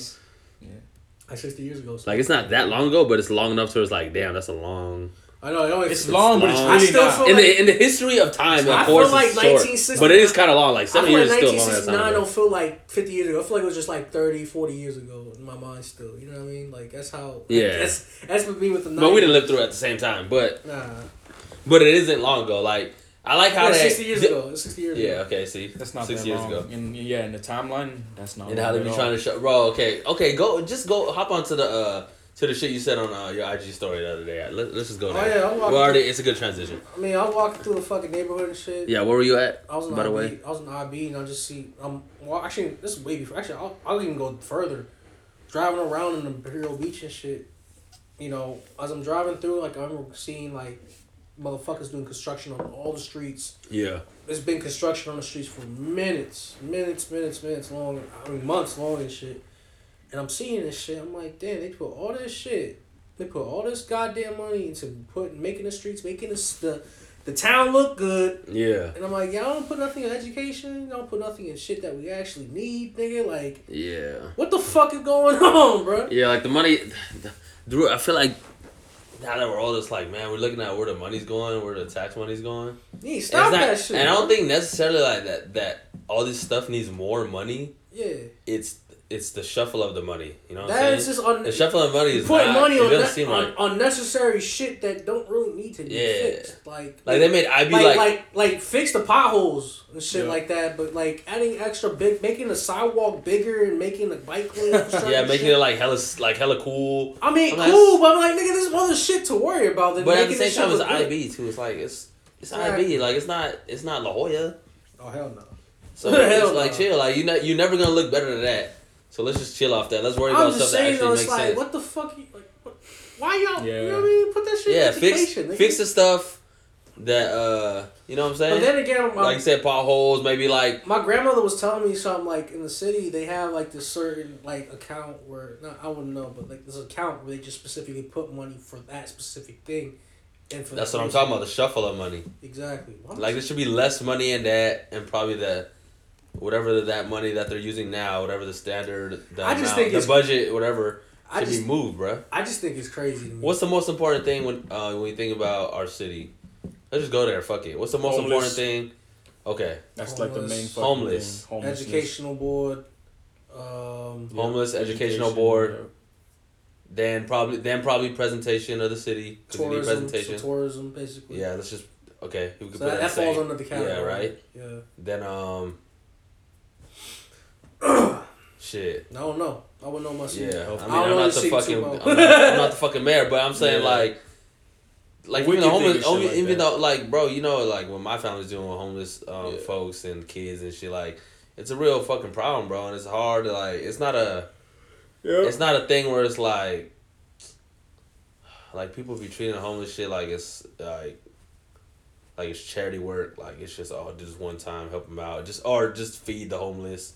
Like 60 years ago. so- Like, it's not that long ago, but it's long enough to where it's like, damn, that's a long. I know. It only, It's long, but it's long. really I still not. feel in, like- the, in the history of time, I of feel course, like it's short. 1960 But it is kind of long. Like, I feel 70 like years is still long. That's 1969 time. don't ago. feel like 50 years ago. I feel like it was just like 30, 40 years ago in my mind still. You know what I mean? Like that's how. Yeah. That's that's what me with the. 90s. But we didn't live through it at the same time. But Nah. but it isn't long ago. Like, I like how Yeah, they. 60 years the- ago. It's 60 years Yeah, ago. okay, see. That's not six that years long. ago. And yeah, in the timeline, that's not. And how they be trying to show, bro? Okay, okay, go. Just go. Hop onto the uh to the shit you said on uh, your IG story the other day. Let, let's just go Oh, there. yeah, I'm walking We're already. It's a good transition. I mean, I was walking through a fucking neighborhood and shit. Yeah, where were you at? I was in By the IB. way. I was in IB, and I just see. I'm well, actually this is way before. Actually, I'll, I'll even go further. Driving around in Imperial Beach and shit, you know, as I'm driving through, like I'm seeing like motherfuckers doing construction on all the streets. Yeah. There's been construction on the streets for minutes, minutes, minutes, minutes long. I mean, months long and shit. And I'm seeing this shit. I'm like, damn, they put all this shit. They put all this goddamn money into putting, making the streets, making this, the, the town look good. Yeah. And I'm like, y'all don't put nothing in education. Y'all don't put nothing in shit that we actually need, nigga. Like, Yeah. what the fuck is going on, bro? Yeah, like the money. Drew, I feel like now that we're all just like, man, we're looking at where the money's going, where the tax money's going. Yeah, And stop it's not- that shit. And I don't bro. think necessarily like that that all this stuff needs more money. Yeah, It's it's the shuffle of the money. You know what that I'm is saying? just un- the shuffle of money is putting not- money it on, doesn't that, seem on like unnecessary shit that don't really need to be Yeah. fixed. Like, like they made IB like, like, like like, fix the potholes and shit Yeah. like that. But like adding extra big, making the sidewalk bigger and making the bike lane. Yeah, making it like hella like hella cool. I mean, I'm like- cool, but I'm like, nigga, there's other shit to worry about. than But at the making same this time, shit it's look good. IB too. It's like it's it's Exactly. IB. Like it's not it's not La Jolla. Oh hell no. So Hell it's no. like chill. Like you not you're never gonna look better than that. So let's just chill off that. Let's worry I'm about just stuff that saying actually though, makes it's like, sense. what the fuck? You, like, what, why y'all? You Yeah. know what I mean? Put that shit. yeah, in fix education, nigga. fix the stuff that uh you know what I'm But saying. then again, my, like you said, potholes. Maybe like my grandmother was telling me something like in the city they have like this certain like account where no, I wouldn't know, but like this account where they just specifically put money for that specific thing. And for that's that what I'm reason. talking about. The shuffle of money. Exactly. Why Like there should be less money in that, and probably the whatever that money that they're using now, whatever the standard, the, I just amount, think the it's- budget, whatever I should just be moved, bruh. I just think it's crazy. To me. What's the most important thing when uh, when you think about our city? Let's just go there. Fuck it. What's the most Homeless. important thing? Okay, That's like the Homeless. main fucking Homeless. thing. Homelessness. educational board? Um, Yeah. homeless educational Education, board. yeah. Then probably then probably presentation of the city. 'cause you need tourism. So presentation. tourism, basically. yeah, let's just okay. We could So put that, it that same. falls under the category. Yeah, right. Yeah. Then um. shit. I don't know. Oh, I wouldn't know my city. Yeah, I mean, don't I am know not the the city too fucking, I'm well. not, I'm not the fucking mayor, but I'm saying Yeah. like, like We even the can think homeless, even, of shit like even that. though like, bro, you know, like what my family's doing with homeless um, Yeah. folks and kids and shit, like, it's a real fucking problem, bro, and it's hard to like, it's not a, it's not a thing where it's like, like people be treating homeless shit like it's like, like it's charity work. Like it's just all just one time help them out, just or just feed the homeless.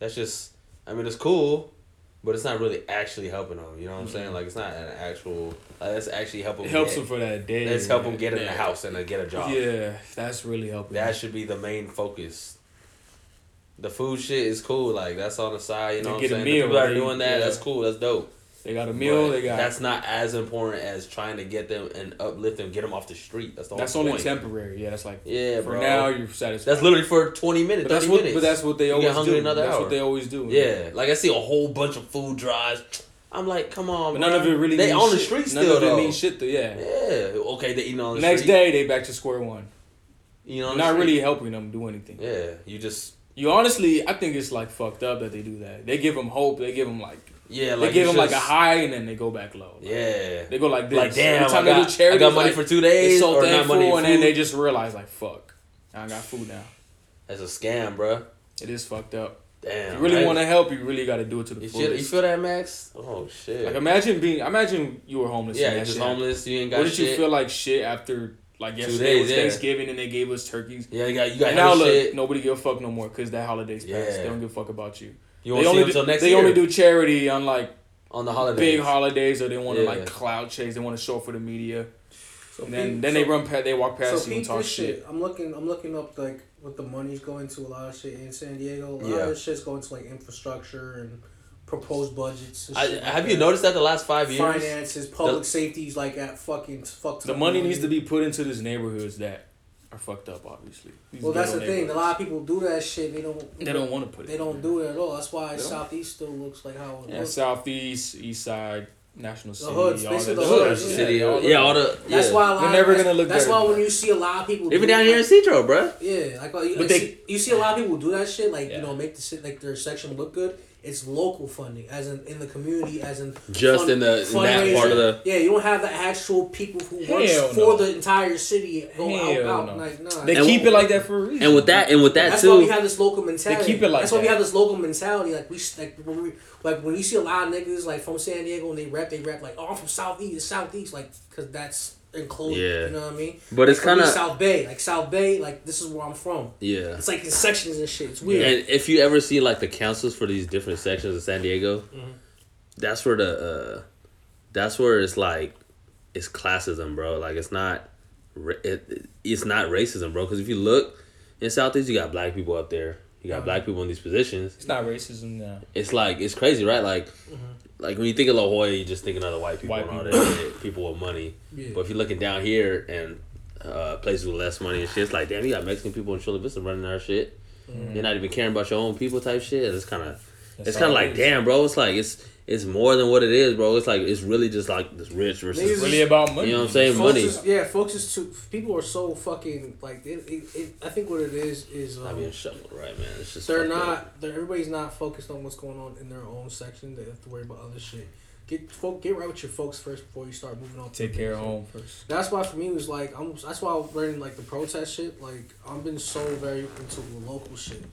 That's just. I mean, it's cool, but it's not really actually helping them. You know what I'm saying? Like it's not an actual. Like that's actually helping. Mm-hmm. It helps get- them for that day. Let's help them get in Yeah. the house and uh, get a job. Yeah, that's really helping. That should be the main focus. The food shit is cool, like that's on the side, you They know what I'm get a saying? meal, the people that are right? doing that, Yeah. that's cool, that's dope. they got a meal. But they got that's not as important as trying to get them and uplift them, get them off the street. That's the whole that's point. only temporary. Yeah, that's like Yeah, for bro. now you're satisfied. that's literally for 20 minutes, But that's 30 what. minutes. But that's what they You get always hungry do. another that's hour. what they always do. yeah, like I see a whole bunch of food drives. I'm like, come on, But none bro. of it really. They means on the shit. street none still of it though. means shit though. Yeah. Yeah, okay, they eating on the Next street. day they back to square one. you know, Not really helping them do anything. Yeah, you just You honestly, I think it's like fucked up that they do that. They give them hope. They give them like yeah, they like give it's them like a just- high and then they go back low. Like, Yeah, They go like this. like damn, Every I time they got, do charity, I got money for two days It's so or not thankful, money. and for then food. they just realize like, fuck, I got food now. That's a scam, bro. It is fucked up. Damn. If you really right? want to help, you really got to do it to the You, feel- you fullest. feel that, Max? Oh shit. Like imagine being, imagine you were homeless. yeah, and you're that just shit. homeless. You ain't got What did shit. you feel like shit after like yesterday days, was yeah. Thanksgiving and they gave us turkeys? Yeah, you got you got and now no look, shit. nobody give a fuck no more because that holiday's passed. Yeah. They don't give a fuck about you. You won't they see only them do, till next they year only do charity on like on the holidays. big holidays or they want to Yeah. like cloud chase. They want to show up for the media. So And then peep- then so- they run past, they walk past so you and peep talk this shit. shit. I'm looking. I'm looking up like what the money's going to. A lot of shit in San Diego. A lot Yeah. of this shit's going to like infrastructure and proposed budgets. And I, shit like have you that. noticed that the last five years? Finances, public The- safety's like at fucking fucked. The up money needs to be put into these neighborhoods that are fucked up, obviously. These Well, that's the ghetto thing. A neighborhoods. lot of people do that shit. They don't. They don't want to put it. They don't do it at all. That's why They don't. Southeast still looks like how it Yeah, looks. southeast, east side, national city, hoods, all basically that. the That's what hood, the yeah. city. Yeah, all that. all the. That's yeah. why a lot. They're never that's, gonna look That's better. why when you see a lot of people Even do- down here in Citro, bro. yeah, like well, you, But you they- see, you see a lot of people do that shit. Like Yeah. you know, make the shit, like their section look good. It's local funding, as in in the community, as in Just in the- in that fundraiser. part of the- yeah. You don't have the actual people who work Hell for no. the entire city go Hell out, out. no. like nah. They And keep w- it like that for a reason. And with that, and with that That's why we too. have this local mentality. keep it like That's why we that. have this local mentality. Like we s- like when we like when you see a lot of niggas like from San Diego and they rap, they rap like, "Oh, I'm from Southeast, Southeast," like because that's enclosed. Yeah. You know what I mean? But it's Like, for me, kinda- South Bay, like South Bay, like this is where I'm from. Yeah. It's like in sections and shit. It's weird. And if you ever see like the councils for these different sections of San Diego, that's where the uh, that's where it's like it's classism, bro. Like it's not ra- it, it's not racism, bro. Because if you look in Southeast, you got black people up there. You got black people in these positions. it's not racism now. It's like it's crazy, right? Like like when you think of La Jolla, you just thinking of the white people White and all that shit, people with money. Yeah. But if you're looking down here and uh, places with less money and shit, it's like damn, you got Mexican people in Chula Vista running our shit. Mm-hmm. You're not even caring about your own people type shit. It's kind of it's kind of like damn, bro. It's like it's it's more than what it is, bro. It's like it's really just like this rich versus. Niggas- Really about money. You know what I'm saying? Folks money. is- yeah, folks is too. People are so fucking like. It, it, it, I think what it is is um, I'm being shuffled, right, man? It's just they're fucked up. not. They're, everybody's not focused on what's going on in their own section. They have to worry about other shit. Get folk, get right with your folks first before you start moving on. to Take the care big of shit. home first. That's why for me it was like I'm. That's why I'm learning like the protest shit. Like I've been so very into the local shit.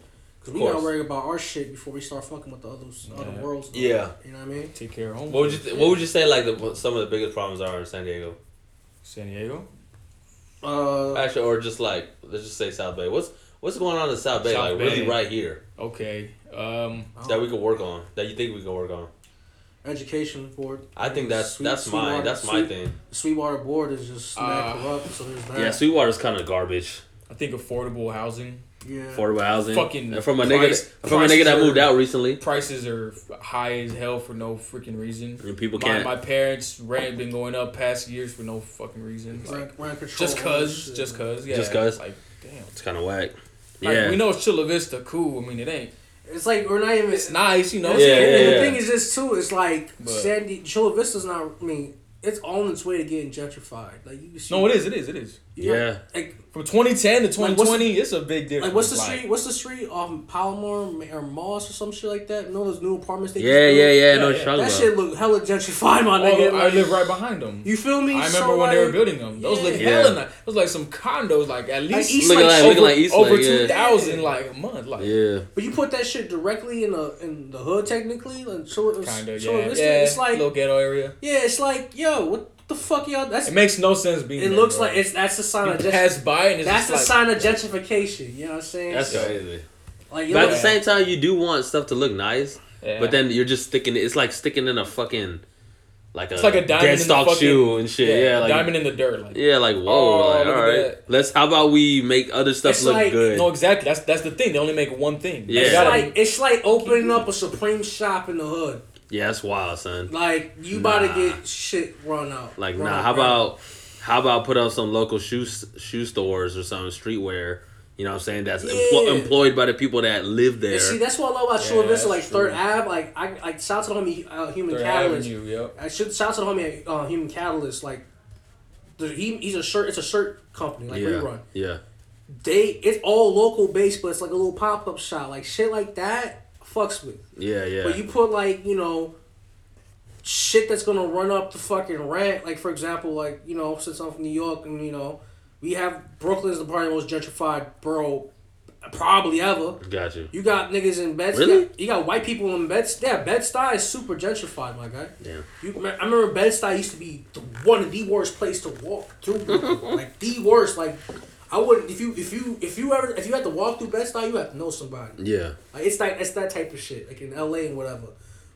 Cause we gotta course. worry about our shit before we start fucking with the others, other Yeah. worlds. though. Yeah. you know what I mean. Take care of home. What would you th- What would you say like the some of the biggest problems are in San Diego? San Diego. Uh, Actually, or just like let's just say South Bay. What's What's going on in South Bay? South like really Bay. right here Okay. Um. that we could work on. That you think we can work on. education board. I think that's Sweet- that's mine. Sweetwater- That's my Sweet- thing. Sweetwater board is just smack Uh, corrupt, so there's that. Yeah, Sweetwater's kind of garbage. I think affordable housing yeah. Affordable housing. Fucking And from a nigga price- that, from a nigga that prices moved are- out recently. prices are high as hell for no freaking reason. And people My, can't. my parents' rent been going up past years for no fucking reason. Like, Rent- rent control, just all that cause, shit, just man. cause, yeah. Just 'cause. Like, damn. it's kind of whack. Like, Yeah. we know it's Chula Vista, cool. I mean, it ain't. It's like we're not even. It's nice, you know. And Yeah, it's- yeah, and yeah. the thing is this too. It's like But- Sandy Chula Vista's not. I mean, it's on its way to getting gentrified. Like you see, No, it is. It is. It is. yeah. Like, From 2010 to Like, 2020, what's- it's a big difference. like what's the street? What's the street? Um, Palomar or Moss or some shit like that. You know those new apartments they Yeah, just yeah, built? yeah. I know what Yeah, yeah. you're talking That about. shit look hella gentrified, my Although nigga. I Like, live right behind them. you feel me? I remember So, when they were like, building them. Those look Yeah. hella nice. Those like some condos, like at least East Looking Lake like, shit. looking like East over Lake, yeah. 2,000 like a month. Like Yeah. But you put that shit directly in the in the hood, technically, like Chula, kind of Chula yeah. Vista. yeah. It's like, little ghetto area. yeah, it's like, yo, what the fuck y'all? That's It it, makes no sense being. there, looks bro. like it's that's the sign You of pass gentrification. by and it's That's the just like, sign of gentrification. You know what I'm saying? That's Yeah. crazy. like, you But at look, the same time, you do want stuff to look nice, Yeah. but then you're just sticking. It's like sticking in a fucking, like a, It's like a diamond in dead the stock fucking- shoe and shit. Yeah, like diamond in the dirt. Like, yeah, like whoa, Oh, like, look all at right. that. Let's. How about we make other stuff It's look like- good? No, exactly. That's that's the thing. They only make one thing. Yeah. It's it's gotta like be- it's like opening up a Supreme shop in the hood. yeah, that's wild, son. Like you about Nah. to get shit run out. Like, run nah. out, How bro. about, how about put up some local shoe s- shoe stores or some streetwear. You know what I'm saying? That's Yeah. emplo- employed by the people that live there. And see, that's what I love about Yeah, Shore Vista, like that's Third true. Ave. Like I like shout out to the homie uh, Human Third Catalyst. Avenue. Yep. I should shout out to the homie uh, Human Catalyst. Like the, he, he's a shirt. It's a shirt company. Like yeah, rerun. yeah. They it's all local based, but it's like a little pop up shop. Like shit like that fucks with. Yeah, yeah. But you put like you know, shit that's gonna run up the fucking rent. Like for example, like you know, since I'm from New York, and you know, we have Brooklyn's the probably most gentrified borough, probably ever. Got you. You got niggas in bed. Really? You got, you got white people in bed. Yeah, Bed Stuy is super gentrified, my guy. Damn. You, I remember Bed Stuy used to be the, one of the worst place to walk through, Brooklyn. like the worst. Like I would if you if you if you ever if you had to walk through Bed Stuy, you have to know somebody. Yeah. Like, it's that it's that type of shit, like in LA and whatever.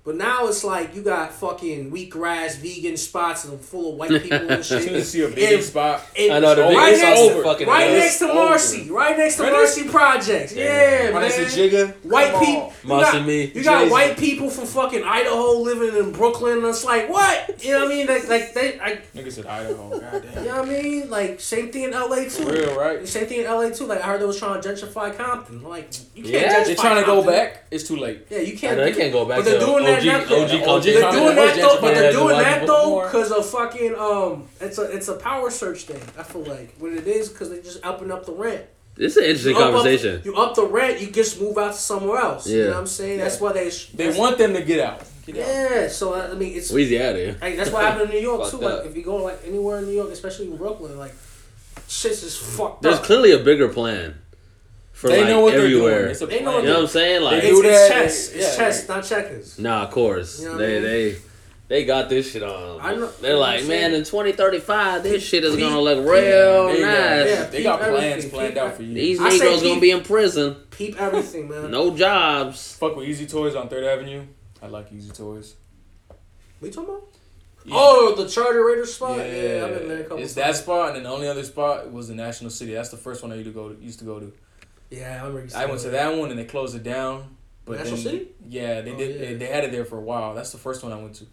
But now it's like you got fucking wheatgrass vegan spots and full of white people and As soon as you shit. see a vegan And- spot, and I know, the right biggest next, is to, fucking right over. next to Over. Marcy, right next to Right next- Marcy Projects. Yeah, Right next to man. Jigga. White Come people, on. you Marcy got, me. you got Jay-Z. white people from fucking Idaho living in Brooklyn. And it's like what you know what I mean? Like like they, I, niggas in Idaho. Goddamn. you know what I mean? Like same thing in LA too. For real, right? Same thing in LA too. Like I heard they was trying to gentrify Compton. Like you can't Yeah, gentrify They're trying to go Compton. back. It's too late. Yeah, you I can't. know they do- can't go back But they're to doing OG, that. now- OG They They're culture. doing that though, but they're Gentrified doing as that a though more. because of fucking um, it's a it's a power search thing. I feel like what it is because they're just upping up the rent. This is an interesting You up- up- conversation. you up the rent, you just move out to somewhere else. You Yeah. know what I'm saying? Yeah. That's why they They that's- want them to get out. Get out. Yeah, so I I mean it's Weezy out of here. like, that's what happened in New York Fucked too. up. Like if you go like anywhere in New York, especially in Brooklyn, like shit's just fucked There's up. clearly a bigger plan for They like know what everywhere. they're doing. It's a They know plan. what you know what I'm saying? Like, They it's, do that, it's chess. they- it's yeah, chess, not checkers. nah, of course You know what they I mean? they they got this shit on. I know- They're like, I'm man, saying- in 2035, this shit is Peep- gonna look real nice. They got- Yeah. They got Peep plans everything. planned Peep out for you. These I say Negroes gonna peep. be in prison, Peep everything, man. no jobs. Fuck with Easy Toys on Third Avenue. I like Easy Toys. We talking about? Yeah. Oh, the Charter Raider spot. Yeah, I've been there a couple. It's times. that spot, and then the only other spot was the National City. That's the first one I used to go to. Used to go to. Yeah, I remember. I went to that one, and they closed it down. But National then- City? Yeah, they Oh, did. yeah. They, they had it there for a while. That's the first one I went to.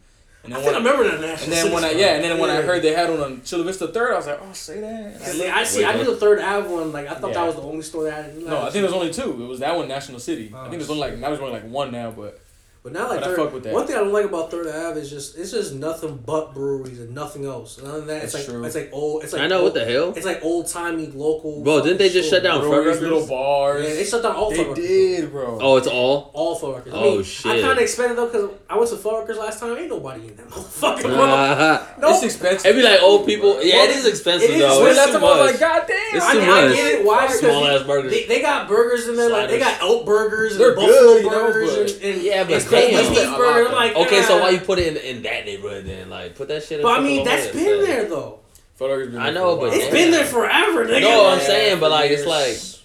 And I then think when I I, remember that national. and then City when I spot. yeah, and then when I Yeah. heard they had one on Chula Vista Third, I was like, oh, say that. Yeah, I see. I knew the Third Ave one. Like I thought Yeah. that was the only store that. I didn't No, I think there's only two. It was that one, National City. I Oh, think there's only like now there's only like one now, but But now, like but I third, fuck with that. one thing I don't like about Third Ave is just it's just nothing but breweries and nothing else. None of that. It's That's like true. it's like old. It's like I know old, what the hell. It's like old timey local. Bro, didn't they just store. shut down- breweries, Fuddruckers? little Yeah, bars. they shut down all They Fuddruckers. did, bro. Oh, it's all. All Full Records. I Oh, mean, I shit. kind of expanded though because I went to Full Records last time. Ain't nobody in that motherfucker. It'd no, It's expensive. be like old people. Yeah, it Well, is expensive it is though. expensive. It's That's too what I was much. like, God damn. It's I, too I much. get it. Why? Because Small ass burgers. They, they got burgers in there. Like they Sliders. got elk burgers and They're buffalo good, you know, burgers but- and, and Yeah, but and Kobe damn. beef burger. I'm like, Okay, so ah. why you put it in, in that neighborhood then? Like, put that shit. in But I fucking mean, that's Lafayette, been son. there though. Fuddruckers been I there know, for but a while. It's Oh, Yeah. been there forever, nigga. No, I'm Like, saying, but, like, it's Years.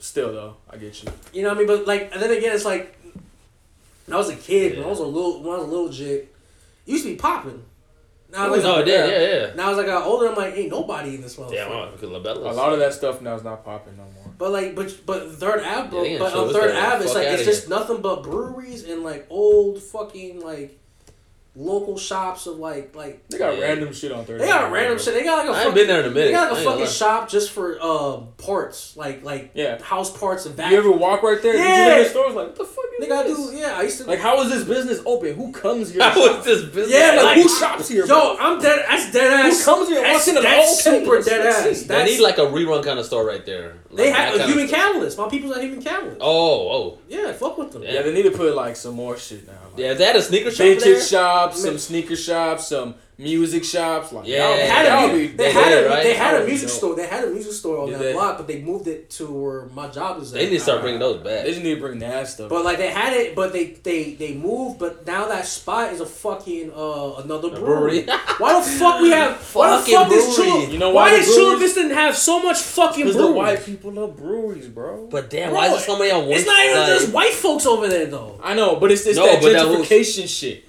still though, I get you. you know what I mean. But like, and then again, it's like when I was a kid. When I Yeah. was a little, when I was a little jit, it used to be popping. Now, It like, was No, it did. Oh, Yeah, yeah. now as I got older, I'm like, ain't nobody in this motherfucker. Damn, I because A lot of that stuff now is not popping no more. But like, but but Third Ave, Yeah, they ain't but show on us Third that. Ave, it's Fuck like outta it's just nothing but breweries and like old fucking like local shops of like like They got Yeah. random shit on Thursday. they got random shit. They got like a I ain't fucking, been there in a minute. They got I like a ain't gonna fucking lie. shop just for um parts like like Yeah. house parts and You vacuum. ever walk right there? Yeah. You Yeah. look in the store, it's like, what the fuck is Nigga, I this? do. Yeah, I used to. Like, how is this business open? Who comes here? to How shop? is this business? Yeah, Like, like, who shops here? bro? yo, I'm dead. That's dead ass. comes here and walks That's, into the old that's super place? dead Let's ass. see. they That's, need like a rerun kind of store right there. Like, they that have a kind of- human catalyst. My people's a human catalyst. Oh, oh, Yeah, fuck with them. Yeah. Yeah, they need to put like some more shit now. Like, yeah. If they had a sneaker shop Vintage there, shops, some Man. sneaker shops, some music shops. Like, Yeah, y'all- They had a, y'all mu- be- they they had did, a, right? they had That a was music dope. store. They had a music store on Did that they? block, but they moved it to where my job is at. They need to start bringing those back. They just need to bring that stuff. But like they had it, but they they they moved. But now that spot is a fucking uh another A brewery. brewery. why the fuck we have? Why the Fucking fuck this brewery. Chula? You know why why the this Chula breweries- Vista didn't have so much fucking because breweries? the white people love breweries, bro. But damn, Bro, why is there so many on one It's not even side? just white folks over there though. I know, but it's it's No, that but that gentrification shit.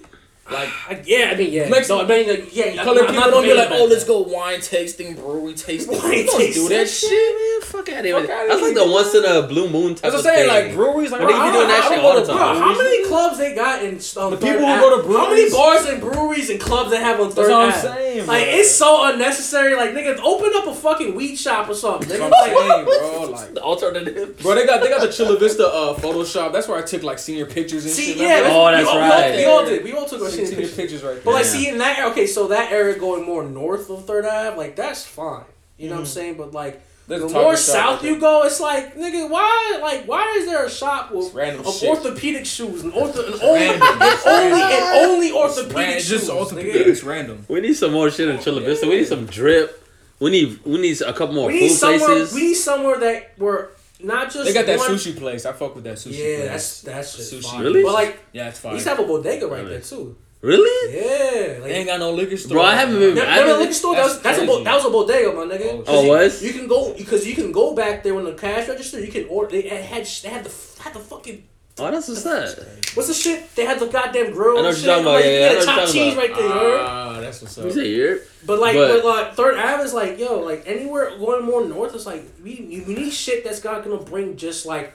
Like I, yeah, I mean yeah. Mexican- no, I mean like, yeah. colored I'm people not don't be debating like, about oh, that. let's go wine tasting, brewery tasting. Wine don't tasting. do that shit. man. Fuck out of Fuck here. outta That's here. like the once in a blue moon type That's of what I'm saying. thing. Like breweries, like But they I be doing don't- that I don't shit go all to the Bro, time. breweries. how many clubs they got in um, The people who Ave- go to How many breweries- bars and breweries and clubs they have on That's Third what I'm Ave? saying. Like bro. it's so unnecessary. Like nigga, open up a fucking weed shop or something. That's Nigga. what I'm saying, bro. Like, the alternative. bro, they got they got the Chula Vista uh, Photoshop. That's where I took like senior pictures and See, shit. yeah, remember? Oh, that's we all, right. We all, we all did. We all took our Took shit. senior But pictures right there. like, Yeah. see in that okay, so that area going more north of Third Ave, like that's fine. You know Mm-hmm. what I'm saying? But like There's the a taco more shop south right there. you go, it's like nigga, why? Like why is there a shop with It's random of shit. orthopedic shoes and ortho and only and random. It's only random. and only It's orthopedic ran- it's shoes? just nigga. orthopedic. It's random. We need some more Oh, shit in Chula Vista. We need some drip. We need we need a couple more We need food somewhere. places. We need somewhere that we're not just. They got that one- sushi place. I fuck with that sushi. Yeah, that's place. that's just Sushi. Fine. Really? But like, yeah, it's we fine. used to have a bodega right Really? there too. really? Yeah, they like. ain't got no liquor store. Bro, I haven't been- There, I there was a didn't- liquor store. That was, that's that's a bo- crazy. that was a bodega, my nigga. Oh, 'Cause Oh, you, was? You can go because you can go back there when the cash register. You can order. They had they had the had the fucking Oh, that's what's that? what's the shit? They had the goddamn grill. I and know what shit. you're talking about, Like, yeah, you yeah, I had know what chopped you're talking cheese about. right there. you heard? Ah, that's what's up. You say Europe? But like, but, But- like Third Ave is like, yo, like anywhere going more north is like we we need shit that's not gonna bring just like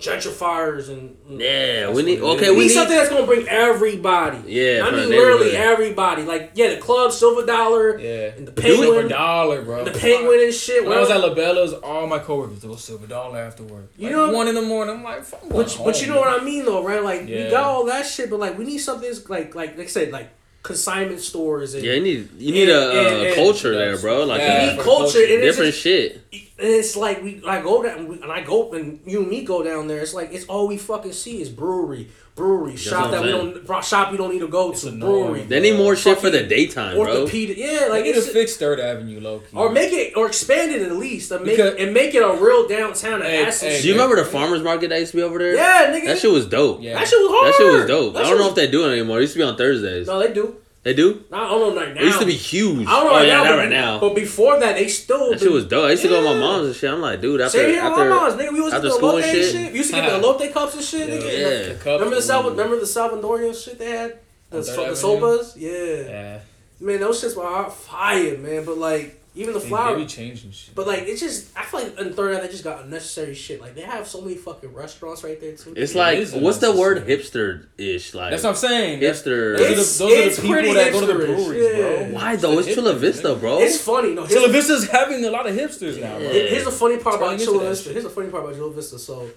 gentrifiers and Yeah, That's we need. what it Okay, is. we we need need. something that's gonna bring everybody. Yeah, I for mean the literally neighborhood. everybody. Like yeah, the club, Silver Dollar, Yeah. and the Silver Penguin, dollar, bro. the Penguin and shit. When I was at Labella's, all my coworkers would go silver dollar after work. You Like, know- one in the morning. I'm like, fuck. I'm going but, but you home. know what I mean though, right? Like we Yeah. got all that shit, but like we need something that's like like like I said like consignment stores and Yeah, you need you need Yeah, a, uh yeah, yeah. culture there, bro. Like Yeah, we a need for culture. culture. And it's different just- shit. And it's like we, I go down, and I go, and you and me go down there. It's like it's all we fucking see is brewery, brewery shop what that I'm we saying. don't bro- shop we don't need to go It's to annoying. brewery They need more shit for the Fucking daytime, bro. orthopedic. Yeah, like Like, it's just fix Third Avenue, low key. or make it or expand it at least and make Because- and make it a real downtown. and Hey, add some hey, Do you shit. remember the farmers market that used to be over there? Yeah, nigga, that shit was dope. Yeah. was hard. That shit was dope. That I shit don't know was- if they do it anymore. It used to be on Thursdays. no, they do. They do. I don't know right now. It used to be huge. I don't know oh right yeah, now, not but, right now. But before that, they still. That shit was dope. I used to go to Yeah. my mom's and shit. I'm like, dude, after Same here, after my mom's nigga. We was at after the school elote and shit. shit. We used to get the elote cups and shit. Yeah. nigga. Yeah. The cups remember the were- Salva- remember the Salvadorian shit they had. The, Mm. On so, Third the Avenue? sopas, yeah. Yeah. Man, those shits were hot fire, man. But like, even the They, flower. they be changing shit. but like, it's just I feel like in Third Ave they just got unnecessary shit. Like they have so many fucking restaurants right there too. It's It like, is a what's the nice word shit. hipster ish? Like that's what I'm saying. That's, hipster. those are the, It's- those are the it's pretty people that go to the hipsterish, breweries, yeah. bro. Why though? It's Chula hipsters, Vista, nigga. bro. it's funny. No, Chula here's, Vista's having a lot of hipsters now, bro. Yeah. here's the funny part about Turning into Chula that Vista. shit. Here's the funny part about Chula Vista. So,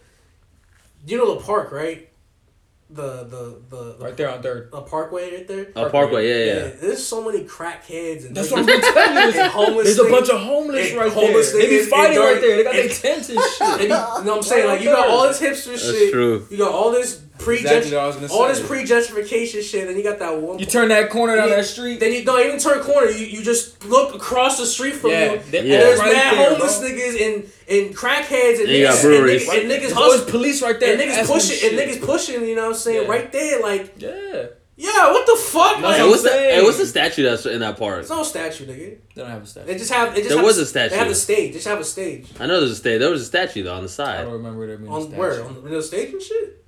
you know the park, right? The the the, the Right there on Third. a parkway right there. A parkway, Oh, yeah, yeah. There's so many crackheads and That's niggas what I'm telling you. and homeless. There's a niggas. bunch of homeless and right homeless there. They niggas be and fighting right dirty- there. They got their and- tents and And you, shit. you know what I'm saying? Like, you got all this hipster That's shit. true. You got all this pre Exactly what I was gonna all this say. pre gentrification shit, and you got that one. You turn that corner down that street. then you don't even turn corner. You, you just look across the street from Yeah, you. they- and Yeah. There's right mad there, homeless bro. niggas and, and crackheads and And you got niggas, and breweries. niggas, and niggas There's always hustling. police right there. And niggas asking pushing and shit. niggas pushing, you know what I'm saying? Yeah. Right there, like, Yeah. yeah, what the fuck? No, Like, Hey, what's the saying. hey, what's the statue that's in that park? it's no statue, nigga. They don't have a statue. They just have. They just There have was a statue. They have a stage. They just have a stage. I know there's a statue. There was a statue though on the I side. don't remember their main On statue. where? On the, on the stage and shit.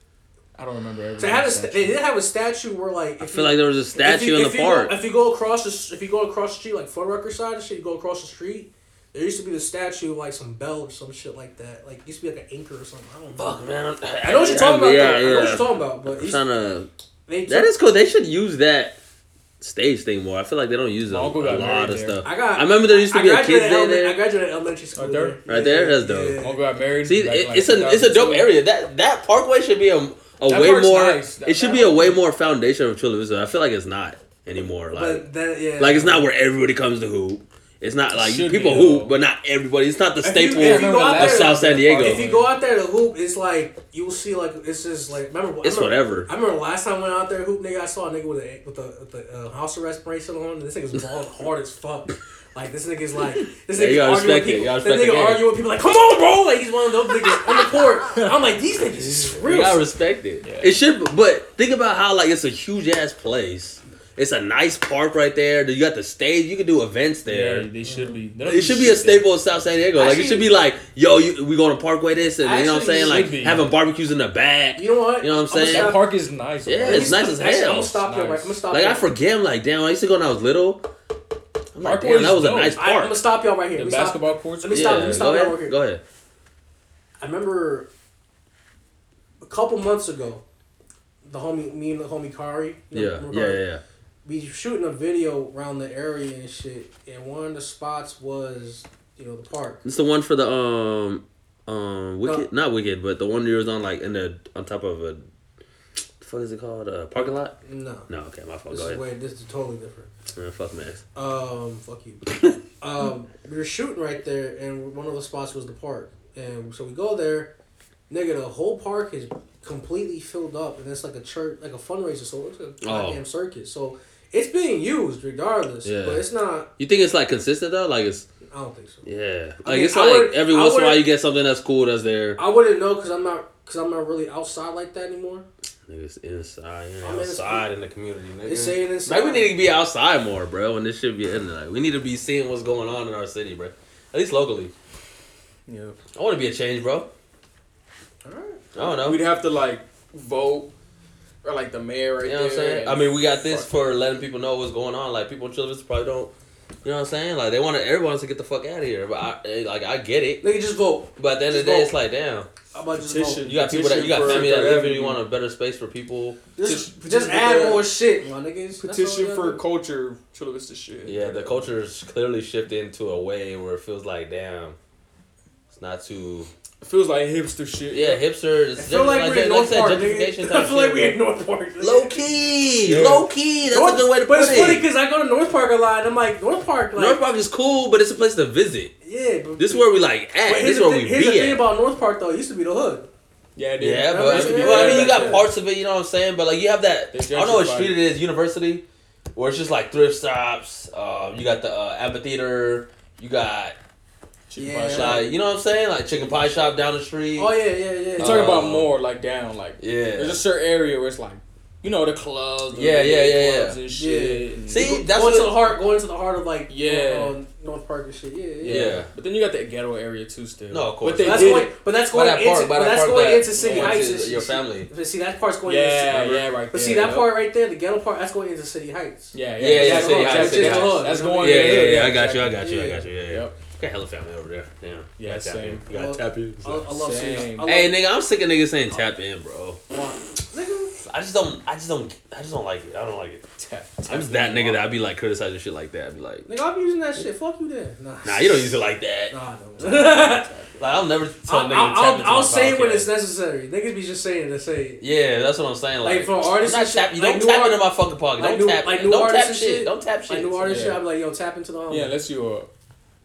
I don't remember every So they main had a. St- statue. they did have a statue where like. I feel like there was a statue in the you park. Go, if you go across the, s- if you go across the street like Fort Rucker side and shit, you go across the street. There used to be the statue of like some bell or some shit like that. Like it used to be like an anchor or something. I don't know. Fuck man, I'm, I know what you're talking about. Yeah, though. I know what yeah. you're talking about, but I'm it's- trying to. they took- That is cool. They should use that stage thing more. I feel like they don't use it My a, uncle a got lot married of there. stuff. I got. I remember there used to I be a graduated kids' day elemen- there. I graduated elementary school Right there? there. Right there? That's dope. My uncle got married. See, back in, it, like, it's a it's a dope 2002. area. That that parkway should be a, a That way park's more. nice. That- it should that be a park- way more foundation of Chula Vista. I feel like it's not anymore. Like But that yeah. like it's not where everybody comes to hoop. It's not like Should people be, hoop, though. but not everybody. It's not the If staple. you, if you go out Yeah, of there, South San Diego. If you go out there to hoop, it's like you will see like it's just like remember. I It's remember- whatever. I remember last time I went out there to hoop, nigga. I saw a nigga with a with a, with a uh, house arrest bracelet on. This nigga's bald hard as fuck. Like this nigga's like this Yeah, nigga's you gotta arguing with respect it. You people. This gotta respect the nigga game. arguing with people like, come on, bro. Like he's one of those niggas on the court. I'm like these niggas is You real. gotta respect it. It should, but think about how like it's a huge ass place. It's a nice park right there. You got the stage. You can do events there. Yeah, they should be. Oh, They don't It should do be a shit there. staple of South San Diego. Like it Actually- should be like, yo, you, we going to Parkway this, and you know what I'm Actually, saying, it like should be. having barbecues in the back. You know what? You know what I'm I'ma saying? That stop- park is nice. Yeah, bro. it's nice as Actually, I'm hell. gonna stop you. Nice. Right? I'm gonna stop. Like you. I forget, I'm like damn, I used to go when I was little. I'm like, Parkway damn, that is was a dope. nice I, am park. gonna stop y'all right here. The Let me stop. basketball courts. Let me are- yeah, stop. Let me go stop y'all right ahead. here. Go ahead. I remember a couple months ago, the homie, me and the homie Kari. you know, Yeah, remember yeah, Kari? yeah, yeah. We shooting a video around the area and shit, and one of the spots was you know the park. It's the one for the um Uh, um wicked, not wicked, but the one you was on like in the on top of a. The fuck is it called? A parking lot? No, No, okay, my fault. this is Oh, Go ahead. way this is totally different. Man, fuck mess. Um, fuck you. um, we were shooting right there, and one of the spots was the park, and so we go there. Nigga, the whole park is completely filled up, and it's like a church, like a fundraiser, so it's a Oh. goddamn circus. So it's being used regardless, Yeah. but it's not. You think it's like consistent though? Like it's I don't think so. yeah, like I mean, it's I like would- every I once in a while would- you get something that's cool that's there. I wouldn't know because I'm not because I'm not really outside like that anymore. Niggas inside, you I mean, it's outside in the community. Nigga. They say it inside. Like we need to be outside more, bro. And this should be in there. Like we need to be seeing what's going on in our city, bro. At least locally. Yeah. I want to be a change, bro. Alright. I don't know. We'd have to like vote or like the mayor right You know there. what I'm saying? and- I mean, we got this Fuck. for letting people know what's going on. Like people in Children's probably don't. You know what I'm saying? Like they want everyone to get the fuck out of here. But I eh, like I get it. Nigga, just vote. But at the end Just of the day, vote. it's like damn. How about just Petition. vote? You got people that you got Petition family for that live here. You everything. want a better space for people. Just, Petition- just petition for add that. more shit, my niggas. That's all petition we for gotta do. culture. Chula Vista shit. Yeah, the culture is clearly shifting into a way where it feels like damn. It's not too It feels like hipster shit. Yeah, hipster. I feel like we're in North Park, nigga. I feel like we're in North Park. nigga. Low key, Yeah. low key. That's North, a good way to but put it's funny it. because I go to North Park a lot, and I'm like North Park, like North Park is cool, but it's a place to visit. yeah. But, This is where we like But at. here's This is the where thing, we here's the be thing at. about North Park though. It used to be the hood. Yeah, dude. Yeah, That but used to be well, I bad mean, you back got then. parts of it. You know what I'm saying? But like, you have that. They I don't know what gentrified street it. it is. University, where it's just like thrift shops. Uh, you got the uh, amphitheater. You got Chicken Yeah. pie shop. like, you know what I'm saying? Like chicken pie shop down the street. Oh yeah, yeah, yeah. You're talking about Uh, more like down, like there's yeah. a certain area where it's like, you know, the clubs. the Yeah, yeah, yeah, clubs And shit. and- See, that's going what to the heart, going to the heart of like Yeah. uh, North Park and shit. Yeah, yeah. Yeah. But then you got the ghetto area too, still. No, of course. But they That's did. going, but that's By going that into, park, by but that that's park going that- into City yeah, Heights. to and your shit. family. But see, that part's going. yeah, into, yeah, right. But there, see that yep. part right there, the ghetto part, that's going into City Heights. Yeah, Yeah, yeah, yeah, that's City going- Heights, that's- City that's- Heights. That's Yeah, going. Yeah, there, yeah, yeah. I got exactly. you. I got you. I got you. Yeah, yeah. Yep. Got hella family over there. Damn. Yeah, Got tap same. in. You got tap in. I, I love City. I Same. love Hey, nigga, I'm sick of niggas saying tap in, bro. nigga. I just don't. I just don't. I just don't like it. I don't like it. Tap- I'm just that nigga that I be like criticizing shit like that. I be like, Nigga, I'm using that shit. Fuck you, then. Nah, nah, you don't use it like that. Like Nah, no. I'll never tell I'll, nigga to tap I'll, into I'll my say it when podcast. it's necessary. Niggas be just saying it to say it. Yeah, that's what I'm saying. Like, Like, for artists I'm not and shit, tap, you like don't new tap art- into my fucking pocket. like don't new- tap. like new don't tap artists and shit. shit. Don't tap shit. Like new artist shit, Yeah. I'm like, yo, tap into the home. Yeah, unless you're a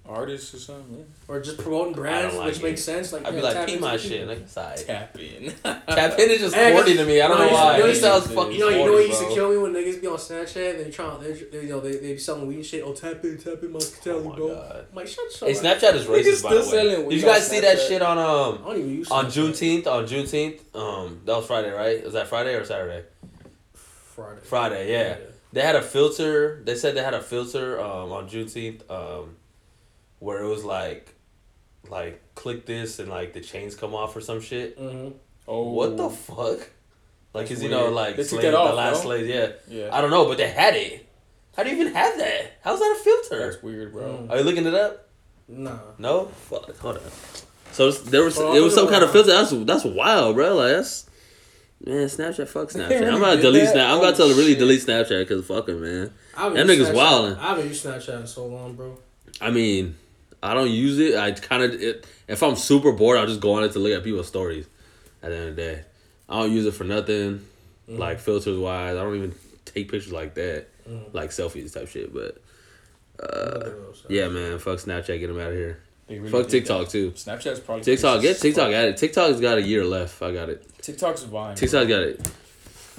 artist or something. or just promoting brands, like which it. makes sense. Like, I'd be yeah, like, tap pee into my the shit. people. Like, it's alright. Tap in. Tap in is just Hey, I corny guess- to me. I don't no, know you- why. you It sounds know, fucking You know, you know, corny, what used to bro. kill me when niggas be on Snapchat and they trying, they, they, you know, they, they be selling weed and shit. Oh, tap in, tap in, my Oh Catelli, my bro. God. I'm like, shut, shut Hey, up. Snapchat is Niggas racist, by still the way. selling Did weed you guys on see that Snapchat. shit on um I don't even use on Snapchat. Juneteenth? On Juneteenth, um, that was Friday, right? Was that Friday or Saturday? Friday. Friday, yeah. They had a filter. They said they had a filter um on Juneteenth um, where it was like, like click this and like the chains come off or some shit. Mm-hmm. Oh, What the fuck? Like, cause you know, Weird. like They took slave, that the off, last no? slave, yeah. yeah, I don't know, but they had it. How do you even have that? How's that a filter? that's weird, bro. Are you looking it up? Nah. No, fuck. Hold on. So it's- there was Hold on, it was look some kind of around. filter. That's that's wild, bro. Like that's man, Snapchat. Fuck Snapchat. I'm about really to did delete that? Snap. I'm about to Oh, really shit. delete Snapchat because fucking man. I haven't That used nigga's Snapchat- wildin'. I haven't used Snapchat in so long, bro. I mean, I don't use it. I kind of it, if I'm super bored, I'll just go on it to look at people's stories. At the end of the day, I don't use it for nothing. Mm. Mm. Like filters wise, I don't even take pictures like that, like selfies type shit. But Uh, yeah, man. Fuck Snapchat. Get them out of here. They really Fuck did TikTok too. that. Snapchat's probably TikTok. Get it's- TikTok at it. TikTok's got a year left. I got it. TikTok's vine. TikTok's got it.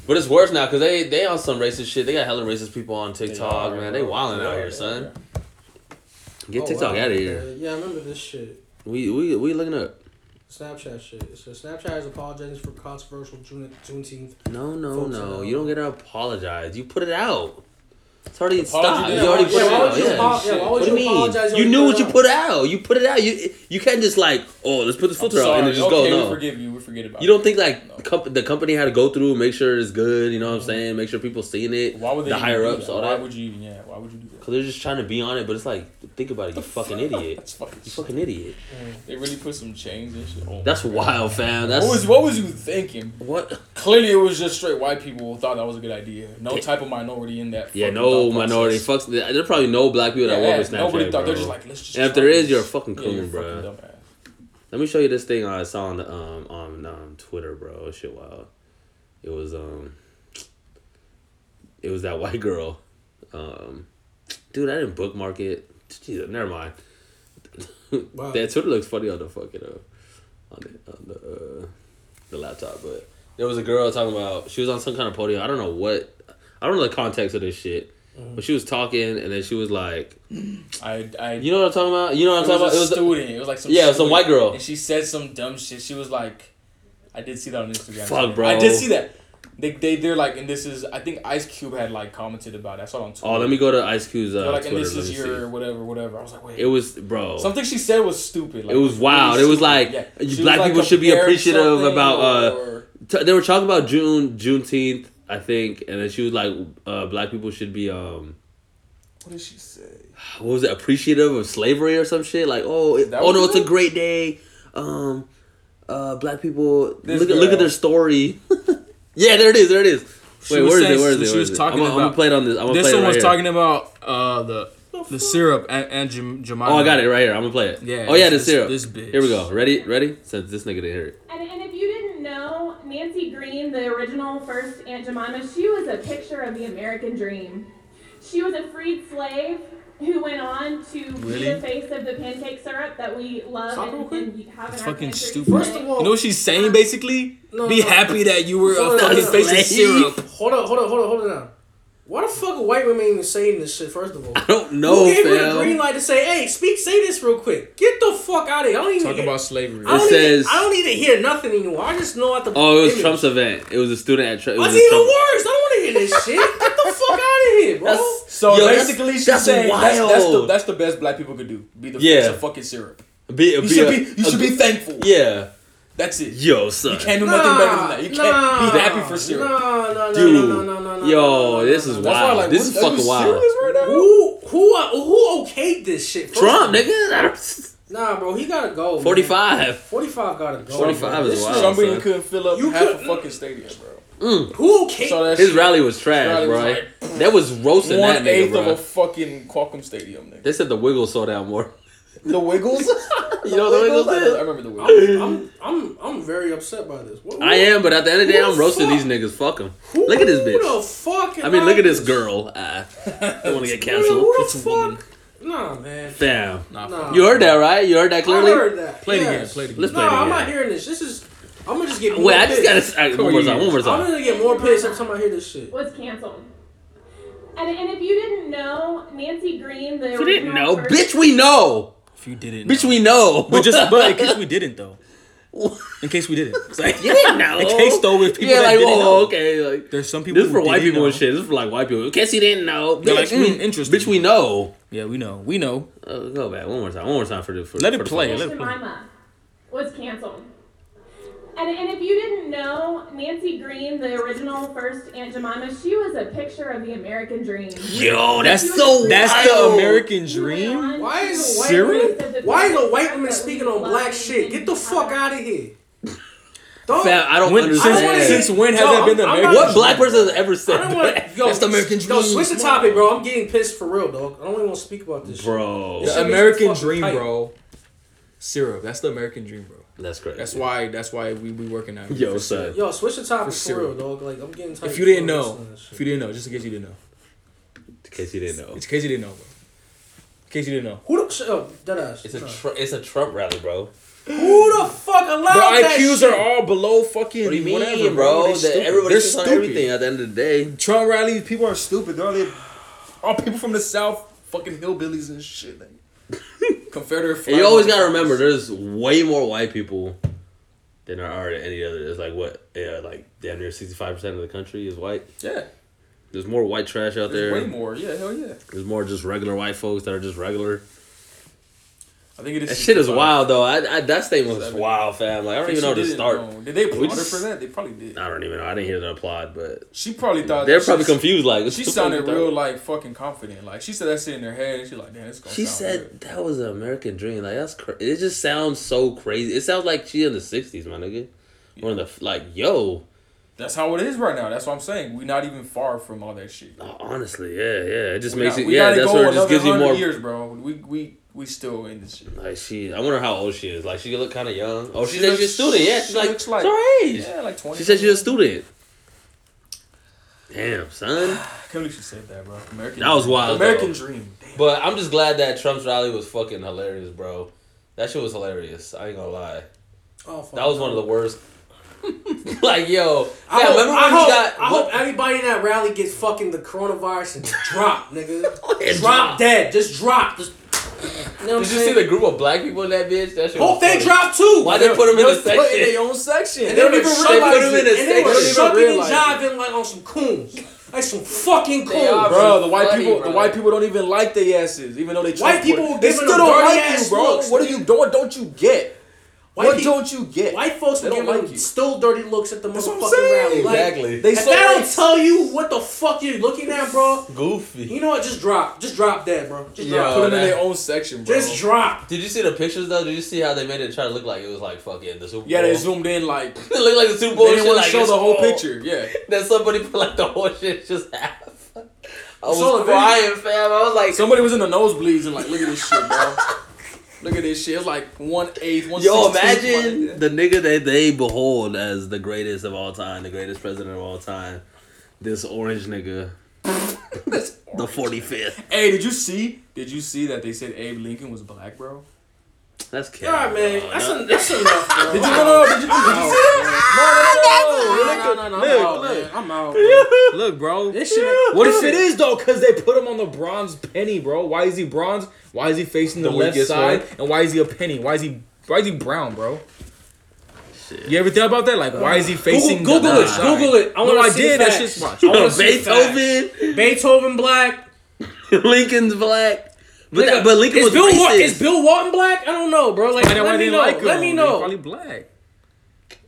But it's worse now because they they on some racist shit. They got hella racist people on TikTok, man. They wilding out here, son. Get Oh, TikTok wow. out of here. Yeah, I remember this shit. We we we looking up. Snapchat shit. So Snapchat is apologizing for controversial June Juneteenth. No, no, Folks, no. uh, You don't get to apologize. You put it out. It's already Apology stopped. didn't Uh, You already work. put Yeah, it why out. would you Yeah. apo- yeah, why What do you mean? You knew what you put out. You put it out. You you can't just like, oh, let's put this I'm filter out and sorry. it just okay, go. we No. forgive you. We forget about You don't it. think like No. comp- the company had to go through, make sure it's good. You know what I'm saying? Make sure people seeing it. Mm-hmm. Why would they the even higher do ups, that? all Why that. would you even? Yeah. Why would you do that? Cause they're just trying to be on it, but it's like, think about it, you fucking idiot. That's fucking. You fucking idiot. They really put some chains and shit. on. That's wild, fam. That's What was what was you thinking? what? Clearly, it was just straight white people who thought that was a good idea. No type of minority in that. Yeah, fucking no thought process. minority. Fuck. There are probably no black people Yeah, that work with yeah, Snapchat. nobody thought. bro. They're just like, let's just. And if try there is, this. you're a fucking Yeah, coon, you're a bruh. fucking dumbass. Let me show you this thing I saw on the um on um Twitter, bro. Shit, wild. It was um. It was that white girl, um, dude. I didn't bookmark it. Jesus, never mind. Wow. That Twitter looks funny on the fucking uh, on the on the uh, the laptop, but there was a girl talking about she was on some kind of podium. I don't know what. I don't know the context of this shit, Mm-hmm. but she was talking and then she was like, I, I, "You know what I'm talking about? You know what I'm it was talking a about?" It was student. It was like some Yeah, it was some student, white girl. and she said some dumb shit. She was like, I did see that on Instagram. Fuck, bro. I did see that. They they they're like, and this is I think Ice Cube had like commented about. It. I saw it on Twitter. oh, let me go to Ice Cube's They're uh, like, Twitter. and this Let me is your see. whatever, whatever. I was like, wait. It was bro. Something she said was stupid. Like, Oh. It was wild. It was like, you- She black people should be comparing appreciative something about, uh, or- T- they were talking about June Juneteenth, I think, and then she was like, uh, "Black people should be um." what did she say? what was it appreciative of slavery or some shit like oh it, That oh what no it it's a was? great day um uh black people This look at look at girl. their story yeah there it is there it is She wait was where is saying- it where is she- it she where is was it? talking I'm, gonna- I'm gonna about- play it on this I'm gonna This play it one right was here. talking about uh, the the syrup and, and Jam- Jemima. oh I got it right here I'm gonna play it Yeah. oh yeah the this, syrup This bitch. here we go ready ready since this nigga didn't hear it And, and if you didn't know, Nancy Green, the original first Aunt Jemima, she was a picture of the American dream. She was a freed slave who went on to be Really? the face of the pancake syrup that we love Stop real and, quick. and have That's in our fucking country stupid. today. First of all, You know what she's saying basically? No, be no. happy that you were No, a no, fucking no. face of syrup. hold on, hold on, hold on, hold on. Now. Why the fuck are white women even saying this shit? First of all, I don't who know gave her the green fam light to say, "Hey, speak, say this real quick"? Get the fuck out of here! I don't even. Talk hear- about slavery. I It don't says- Even, I don't need to hear nothing anymore. I just know what the. oh it was image. Trump's event it was a student at Trump it was That's a even Trump- worse. I don't want to hear this shit. Get the fuck out of here, bro. That's- So Yo, that's- basically, she's that's saying that's, that's, the, wild. that's the best black people could do. Be the Yeah. face of fucking syrup. be, You be should a- be you a- should be thankful. yeah That's it. yo son You can't do nothing better than that. You can't be happy for syrup. Nah, nah, nah, Dude, nah, nah, nah, nah, nah, yo, nah, this nah, is nah, nah. That's why Wow, like this what- is are you fucking wild. serious right now? Who who uh, who okayed this shit? First of Trump all- nigga Nah, bro, he gotta go. man. 45 45 gotta go. 45 bro. is This wild. Somebody son. couldn't fill up You half a couldn't- fucking stadium, bro. Who okayed? So that Mm, His shit- rally was trash, rally was bro. that was roasting that one nigga, eighth of bro. a fucking Qualcomm Stadium, nigga. they said the Wiggles sold out more. The Wiggles. You know what the Wiggles I, did? remember the Wiggles. I'm, I'm I'm I'm very upset by this. What- I am, but at the end of the day, Who I'm the roasting fuck? these niggas. Fuck them. Who, Look at this Who bitch. the fuck? I mean, look at this is- girl. Ah, I want to get Who the- canceled. who It's the a woman. fuck? Nah, man. Damn. Nah, Nah. You heard that, right? You heard that clearly? I heard that. Play it again, yes. play it again. Let's No, play it I'm not again. hearing this. This is. I'm gonna just get. more Wait, I just pissed. got to. One more time. One more I'm time. gonna get more pissed every time I hear this shit. was canceled. And, and if you didn't know, Nancy Green, the You didn't know. original first- Bitch, we know. If you didn't, Bitch, we know. But just but in case we didn't though, in case we didn't, It's like, You didn't know. In case though, with people Yeah, that like, didn't whoa, know. okay. Like, There's some people. this is who for white didn't people and know. shit. This is for like white people. In case you didn't know. They're like, Bitch, mm, mm, interesting. Bitch, we know. Yeah, we know. We know. Uh, go back one more time. One more time for the for, Let it for the play, let songs. it- Aunt Jemima was canceled. And, and if you didn't know, Nancy Green, the original first Aunt Jemima, she was a picture of the American dream. Yo, that's That's so That's wild. the American She went dream. on Why to is a the white Syrup? face of woman, the why is a pancake white syrup woman that speaking we on love black and shit? Get the have fuck our- out of here. Don't. Fam, I don't When- understand. since- wanna- since when has Yo, that been the I'm- I'm American not- what black person has ever I said don't want. that? Yo, That's the American Yo, dream. switch the topic, bro. I'm getting pissed for real, dog. I don't even want to speak about this. shit. bro? Yeah. The Shit makes me American fucking dream, tight. bro. Syrup. That's the American dream, bro. That's crazy. That's why. That's why we we working out. here Yo, for son. syrup. Yo, switch the topic for, sure. real, dog. Like I'm getting tight. If you didn't of know, listening to this if shit. you didn't know, just in case you didn't know, In case you didn't know. in case you didn't know, bro. case you didn't know. Who the shut up, deadass. It's a Shut up. tr- it's a Trump rally, bro. Who the fuck allowed The that IQs shit? are all below fucking What do you mean, whatever, bro? They That stupid. everybody They're shits on stupid. everything at the end of the day. Trump rally, people are stupid. They're all, they, all people from the South, fucking hillbillies and shit. nigga. Confederate flag. And you always gotta remember, there's way more white people than there are any other. It's like what, yeah, like damn near sixty five percent of the country is white. Yeah, There's more white trash out there's there. way more. Yeah, hell yeah. There's more just regular white folks that are just regular. I think it is. That shit is 65. wild though. I, I that statement was Seven. wild, fam. Like I don't She even know where to didn't start. know. Did they applaud her just- for that? They probably did. I don't even know. I didn't hear the applaud, but She probably thought they're that probably she- confused. Like She what the sounded fuck you real thought? like fucking confident. Like she said that shit in her head. and She like, damn, it's gonna. She sound good. said that was an American dream. Like that's cra- it. Just sounds so crazy. It sounds like she in the sixties, my nigga. One of the f- like yo. that's how it is right now. That's what I'm saying. We're not even far from all that shit. Oh, honestly, yeah, yeah. It just We makes got- it. we Yeah, gotta that's go where it just another gives you 100 more. years, bro. We we we still in this shit. Like she, I wonder how old she is. Like she look kind of young. Oh, she, She said looks- she's a student. Yeah, she's she like, looks she's like- her age. Yeah, like twenty. She said she's a student. Damn, son. I can't believe she said that, bro. American. That was dream. wild, though. American dream. Damn. But I'm just glad that Trump's rally was fucking hilarious, bro. That shit was hilarious. I ain't gonna lie. Oh, fuck. That was one of the worst. like yo, I, yeah, hope, remember when I, he hope, got? I what- hope everybody in that rally gets fucking the coronavirus and drop, nigga. And drop drop. dead. Just drop. Just, you know what I'm Did you see saying? the group of black people in that bitch? That shit. Hope was they funny. drop too. Why they put him in They the was put in section? their own section. And They they don't were even They shut- put realize him it. in a And they were section. shucking and realize it. jiving like on some coons. Like some fucking They coons. are, Bro, the white Funny, people, bro. the white people don't even like their asses, even though they. White transport- people they giving still them don't dirty like ass you, bro. looks, What are you doing? Don't you get? White what peop- don't you get? White folks They were don't giving like you. still dirty looks at the That's what I'm motherfucking rally. saying. Like, Exactly. They if so that don't racist. tell you what the fuck you're looking at, bro, goofy. you know what? Just drop. Just drop dead, bro. Just Yeah. drop. put them in that- their own section, bro. Just drop. Did you see the pictures though? Did you see how they made it try to look like it was like fucking the Super yeah, Bowl? they zoomed in like it looked like the Super Bowl. they didn't shit, want like, to show it's the whole all- picture. Yeah, That somebody put like the whole shit just half. I saw the was crying, fam. I was like, somebody was in the nosebleeds and like, look at this shit, bro. Look at this shit. It's like one eighth, one. yo, sixteenth, imagine like- the nigga that they behold as the greatest of all time, the greatest president of all time. This orange nigga, That's the forty fifth. Hey, did you see? Did you see that they said Abe Lincoln was black, bro? That's cap. All right, man. bro. That's, That- en- that's enough, bro. Did you no, no, did you, did you see that? No, no, no, no, Look, I'm out, look. man. I'm out, bro. Look, bro. This shit- What if it is though? Because they put him on the bronze penny, bro. Why is he bronze? Why is he facing the, The left weakest side? one. And why is he a penny? Why is he? Why is he brown, bro? Shit. You ever thought about that? Like, why is he facing? Google, the Google it. left side? Google it. I no, want I to see did. the That facts. shit's watch. I Oh, wanna see the Beethoven, Beethoven black. Lincoln's black. But Nigga, that, but Lincoln is was Bill Wa- racist. is Bill Walton black? I don't know, bro. Like, And let me know. let me Probably know. black.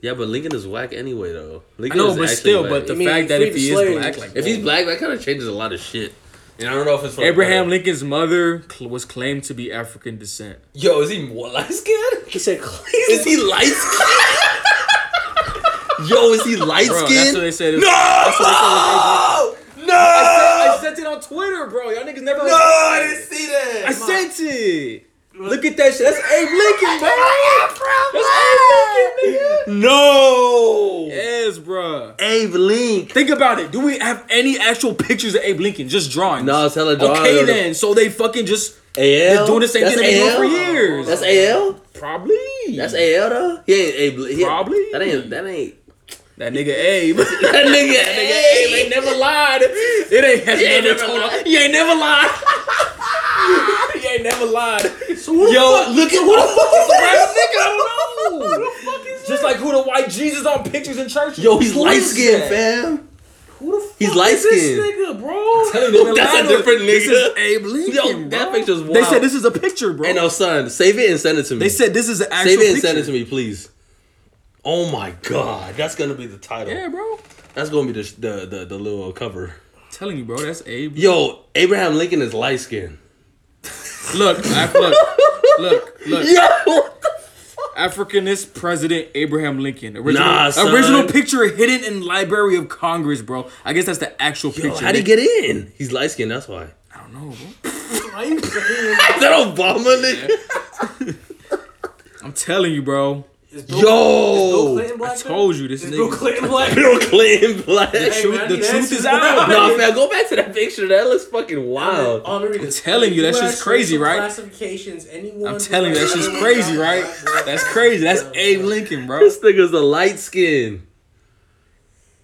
yeah, but Lincoln is whack anyway though. I Lincoln know, is but actually still, whack. but the I mean, fact that free if the he is slaves. black, like If he's black, that kind of changes a lot of shit. And I don't know if it's for the Abraham better. Lincoln's mother cl- was claimed to be African descent. Yo, is he more light skinned? He said, Is he light skinned? Yo, is he light Bro, that's what they said. skinned? No! I No! sent it on Twitter, bro. Y'all niggas never. No! I didn't see that. I sent it. Look at that shit. That's Abe Lincoln, bro. No. Yes, bro. Abe Lincoln. Think about it. Do we have any actual pictures of Abe Lincoln? Just drawings. No, it's hella drawing. Okay, then. So they fucking just AL. They're doing the same That's thing they've been AL? doing for years. That's AL. probably. That's AL though. He ain't Abe. Lincoln. Probably. That ain't. That ain't. That nigga Abe. That nigga. Abe ain't never lied. It ain't. Has He ain't never never told- lied. He ain't never lied. he ain't never lied. So who the Yo, fuck? look at who the fuck is Rap that? nigga, I don't know. Just like who the white Jesus on pictures in churches. Yo, he's Who light is skinned, that? fam. Who the fuck He's is light this skinned. nigga, bro? Tell him they That's lied a to him. different This nigga. is Abe Lincoln. Yo, that bro. picture's wild. They said this is a picture, bro. Hey, no, son, save it and send it to me. They said this is an actual save it and picture. send it to me, please. Oh my god, that's gonna be the title. Yeah, bro. That's gonna be the, the the the little cover. telling you, bro, that's Abe. Yo, Abraham Lincoln is light skinned. Look, Af- look, look, look. Yo, Africanist President Abraham Lincoln. Original, Nah, son. original picture hidden in Library of Congress, bro. I guess that's the actual Yo picture. how'd he get in? He's light skinned. That's why. I don't know, bro. Is that Obama? Nigga? I'm telling you, bro. Is Bill, is Bill Yo, Clinton black? I told you this Is Bill nigga. Clinton black? Bill Clinton black. Hey, truth- man, I the need to truth ask is you- out. No, man, go back to that picture. That looks fucking wild. Oh, let me read I'm this. telling you, that US shit's crazy, racial right? Classifications. Anyone I'm who telling you, that has shit's anyone crazy, who right? has black blood. That's crazy. That's Yeah. Abe Lincoln, bro. This nigga's a light skin.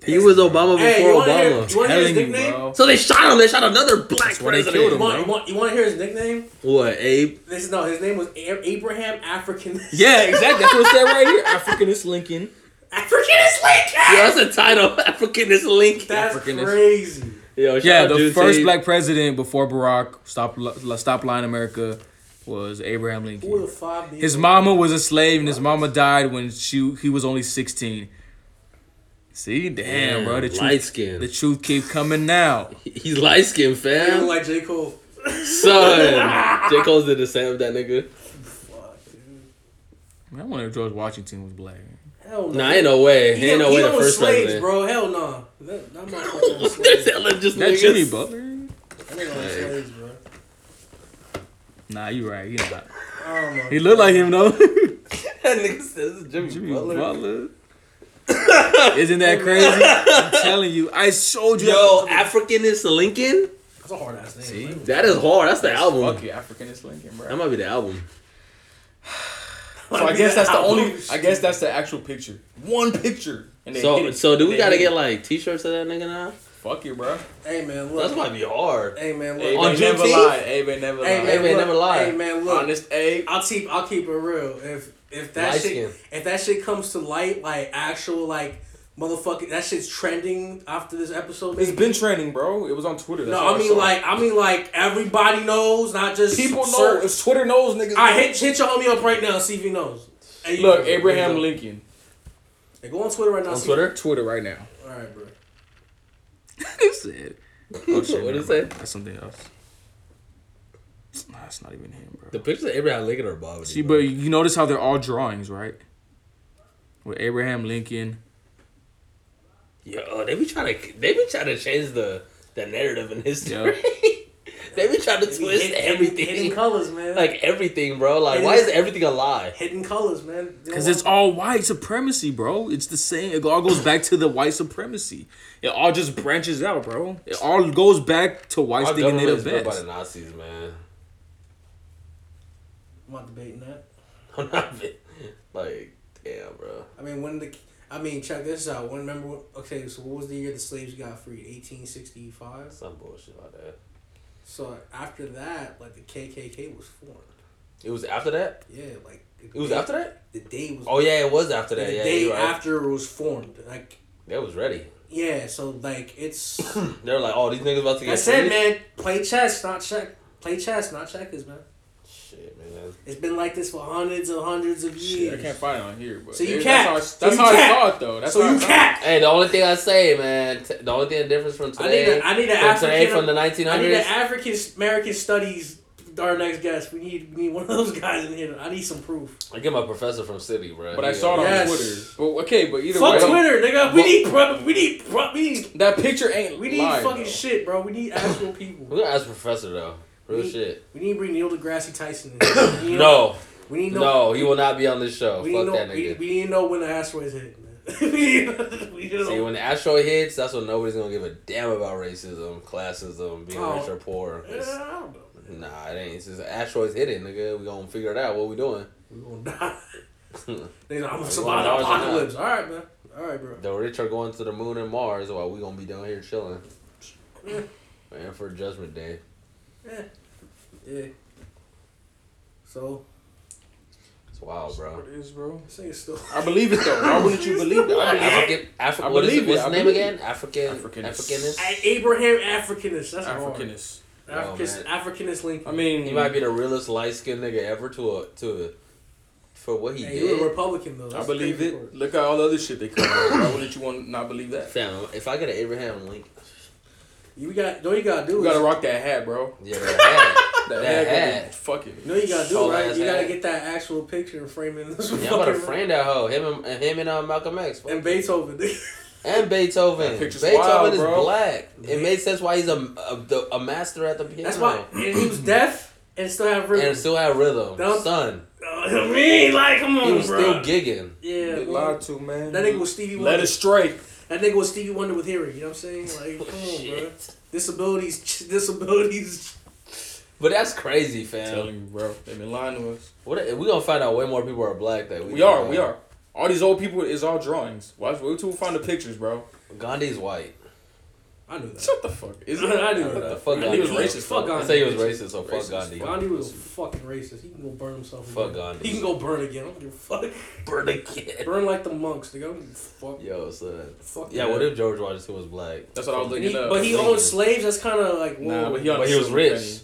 He was Obama Hey, you before wanna hear- Obama. you wanna hear his Telling you, nickname? bro. So they shot him. They shot another black That's why they president. killed You him. want, bro. you, want, you want to hear his nickname? What, Abe? This no, his name was A- Abraham African. Yeah, exactly. That's what it said right here. African is Lincoln. African is Yo, Lincoln. that's a title. African is Lincoln. That's African is- crazy. Yo, shout Yeah, out the June first Tate. black president before Barack stop li- stop lying America was Abraham Who the Lincoln. five? be- His mama was a slave, and his mama died when she he was only sixteen. See, damn, bro, the light truth skin. the truth keep coming now. He's light skinned, He look fam. like J Cole. Son, J Cole's did the same with that nigga. Fuck, dude. Man, I wonder if George Washington was black. Hell no. Nah, ain't no way. He, ain't no he way the owned first slaves, president. bro. Hell no. That, that motherfucker owned They're slaves. That telling just That niggas. Jimmy Butler? nigga owned slaves, bro. Nah, you right. He not. I don't know. He looked like him though. That nigga says it's Jimmy, Jimmy Butler. Butler. Isn't that crazy? I'm telling you, I showed you. Yo, African is Lincoln. That's a hard ass name. See? bro. That is hard. That's the album. Fuck you, African is Lincoln, bro. That might be the album. So I guess that's the How only. loose. I guess that's the actual picture. One picture. And they hit So, it. so do we They gotta hit get it. like T-shirts of that nigga now? Fuck you, bro. Hey man, That look. might be hard. Hey man, Abe On look. ain't never Juneteenth? lied. Abe ain't never Hey Abe man, ain't look. never lied. Hey man, look. Honest Abe. I'll keep I'll keep it real. If if that shit Light skin. if that shit comes to light, like actual like motherfucking that shit's trending after this episode. It's maybe. been trending, bro. It was on Twitter. That's no, all I saw. mean like I mean like everybody knows, not just people know. certain- If Twitter knows, niggas. I know. hit hit your homie up right now, see if he knows. Hey, Look, you- Abraham you- Lincoln. Hey, go on Twitter right now. see- Twitter right now. All right, bro. He said. Oh, shit, What'd it never say? mind. That's something else. Nah, that's not even him, bro. The pictures of Abraham Lincoln are bothering. See, me, but bro. you notice how they're all drawings, right? With Abraham Lincoln. yo, oh, they be trying to they be trying to change the the narrative in history. Yeah. they be trying to Hidden- twist hidden- everything, Hidden colors, man. like everything, bro. Like, It why is- is everything a lie? hidden colors, man. They Because don't it's want- all white supremacy, bro. It's the same. It all goes back to the white supremacy. It all just branches out, bro. It all goes back to whites Our thinking government they're is the built by best. the Nazis, man. I'm not debating that. I'm not like, damn, bro. I mean, when the I mean, check this out. When remember? when- Okay, so what was the year the slaves got freed? Eighteen sixty five. Some bullshit like that. So after that, like the KKK was formed. It was after that. Yeah, like the It was day- after that. The day was. Oh yeah, it was after The that. Yeah, day you're right. after it was formed, like They was ready. yeah. So like it's. They were like, oh, these niggas about to get. I said, freed? man, play chess, not check. Play chess, not checkers, man. Shit, man. It's been like this for hundreds and hundreds of Shit, I years. can't find it on here, but So you there- cat. That's So how, I- that's you how cat. I saw it though. That's so how you I saw cat. Hey, the only thing I say, man, t- the only thing difference from I need today, a, I need an from today from African. the I need an 1900s, African American studies. Our next guest, we need we need one of those guys in here. I need some proof. I get my professor from City, bro. uh, But I saw it on Yes. Twitter. But okay, but either Fuck way, Twitter, nigga. We Well- need pro- we need pro- we need that picture ain't. we need live, fucking though. shit, bro. We need actual people. We're gonna ask professor though. Real We- shit. We need to bring Neil deGrasse Tyson. In. We need- No, we need no, no. he will not be on this show. we need Fuck no. that we, nigga. we need to know when the asteroids hit. Man. we need, we need to See, know. when the asteroid hits, that's when nobody's gonna give a damn about racism, classism, being Oh. rich or poor. Yeah, It's- I don't know. man. nah, it ain't. It's just asteroids hitting, nigga. We gonna figure it out. What we doing? We gonna die. They like, I'm gonna We survive the gonna die or not? apocalypse. All right, man. All right, bro. The rich are going to the moon and Mars, while we gonna be down here chilling. Yeah. Man, for Judgment Day. Yeah. So It's wild, bro. What it is, bro? this nigga still. I believe it though. Why wouldn't you believe it? I believe it. African, Afri- I what is it? believe it, What's I the name believe again? African, Africanist. Africanist. A- Abraham Africanist. That's Africanist. Africanist. Africanist. Oh, Africanist Lincoln. I mean, He might be the realest light skinned nigga ever to a, to a, for what he Hey, he was a did. Republican though. That's I the believe crazy part. it. Look at all the other shit they cover. Why wouldn't you want not believe that? Fam, if I get an Abraham Lincoln, You got. No, you gotta do. You is- gotta rock that hat, bro. yeah, that That, That hat, hat. hat. fucking. No, you gotta do Tall right. ass You gotta hat. get that actual picture and frame it in this hat. fucking Y'all better frame that hoe. Him and and him and uh, Malcolm X. fuck. and Beethoven. And Beethoven. That picture's Beethoven wild, is bro. black. It made sense why he's a a, the- a master at the piano. That's why and he was deaf and still have And rhythm. still had rhythm. Don't- Son, Oh, I mean, like, come on, He was bro. still gigging. yeah, Get bro. lied to, man. That nigga was Stevie Let Wonder. it straight. That nigga was Stevie Wonder with hearing. You know what I'm saying? Like, come on, bro. Disabilities, disabilities. But that's crazy, I'm fam. telling you, bro. They've been lying to us. What if- we gonna find out way more people are black that we We are, we are. All these old people is all drawings. Watch, wait till we find the pictures, bro. Gandhi's white. I knew that. Shut the fuck. Is it? I knew Fuck that. Gandhi. He was racist. Fuck I Gandhi. say he was racist, so fuck Racist. Gandhi. Gandhi was fucking racist. He can go burn himself. Fuck again. Gandhi. He can go burn again. I don't give a fuck. Burn again. Burn like the monks, nigga. I don't give a fuck. Yo, son. Fuck Yeah, that. what if George Washington was black? That's what I was And looking he- up. but he owned slaves. That's kind of like whoa. Nah, but he, But he was rich.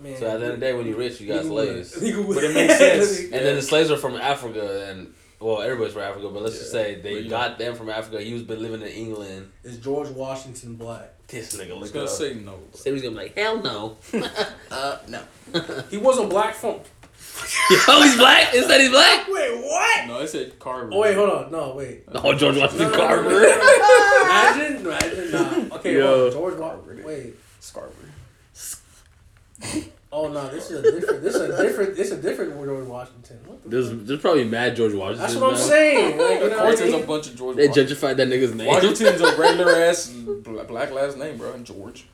man. So at the end of the day, when you're rich, you got slaves. But it makes sense. And then the slaves are from Africa, and well, everybody's from Africa, but let's just Yeah. say they But, you got them from Africa. He was been living in England. Is George Washington black? This nigga, I was look gonna up. say no. bro. He was gonna be like, hell no. uh, no. He wasn't black from. oh, he's black? Is that he's black? Wait, what? No, it said Carver. Oh wait, hold on. No, wait. Oh, George No, Washington no, no, no, no, Carver. no. imagine, imagine. Nah. Okay, Yo. hold on. George Washington. Wait. Scarver. Oh no, this is a different. This is a different. This is a different George Washington. What the There's, there's probably mad George Washington. That's what I'm now. saying. Like, you Of know course, what I there's a mean? bunch of George. They Washington. gentrified that nigga's name. Washington's a regular ass bla- black last name, bro. And George.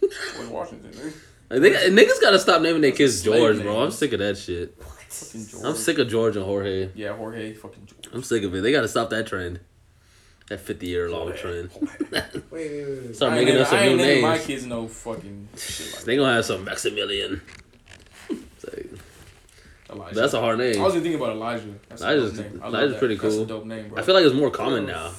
George Washington, dude. Like, they, niggas gotta stop naming their kids Slave George, bro. I'm names. sick of that shit. Fucking George. I'm sick of George and Jorge. Yeah, Jorge, fucking George. I'm sick of it. They gotta stop that trend. That 50 year long trend. Wait, wait, wait, wait. Start I making ain't naming- us some I new ain't naming my names. kids no fucking shit like They gonna have some Maximilian. It's like, that. Elijah. that's a hard I name. was even thinking about Elijah. That's a dope Elijah's- name. I love Elijah's that. pretty That's cool. a dope name, bro. I feel like it's more common now.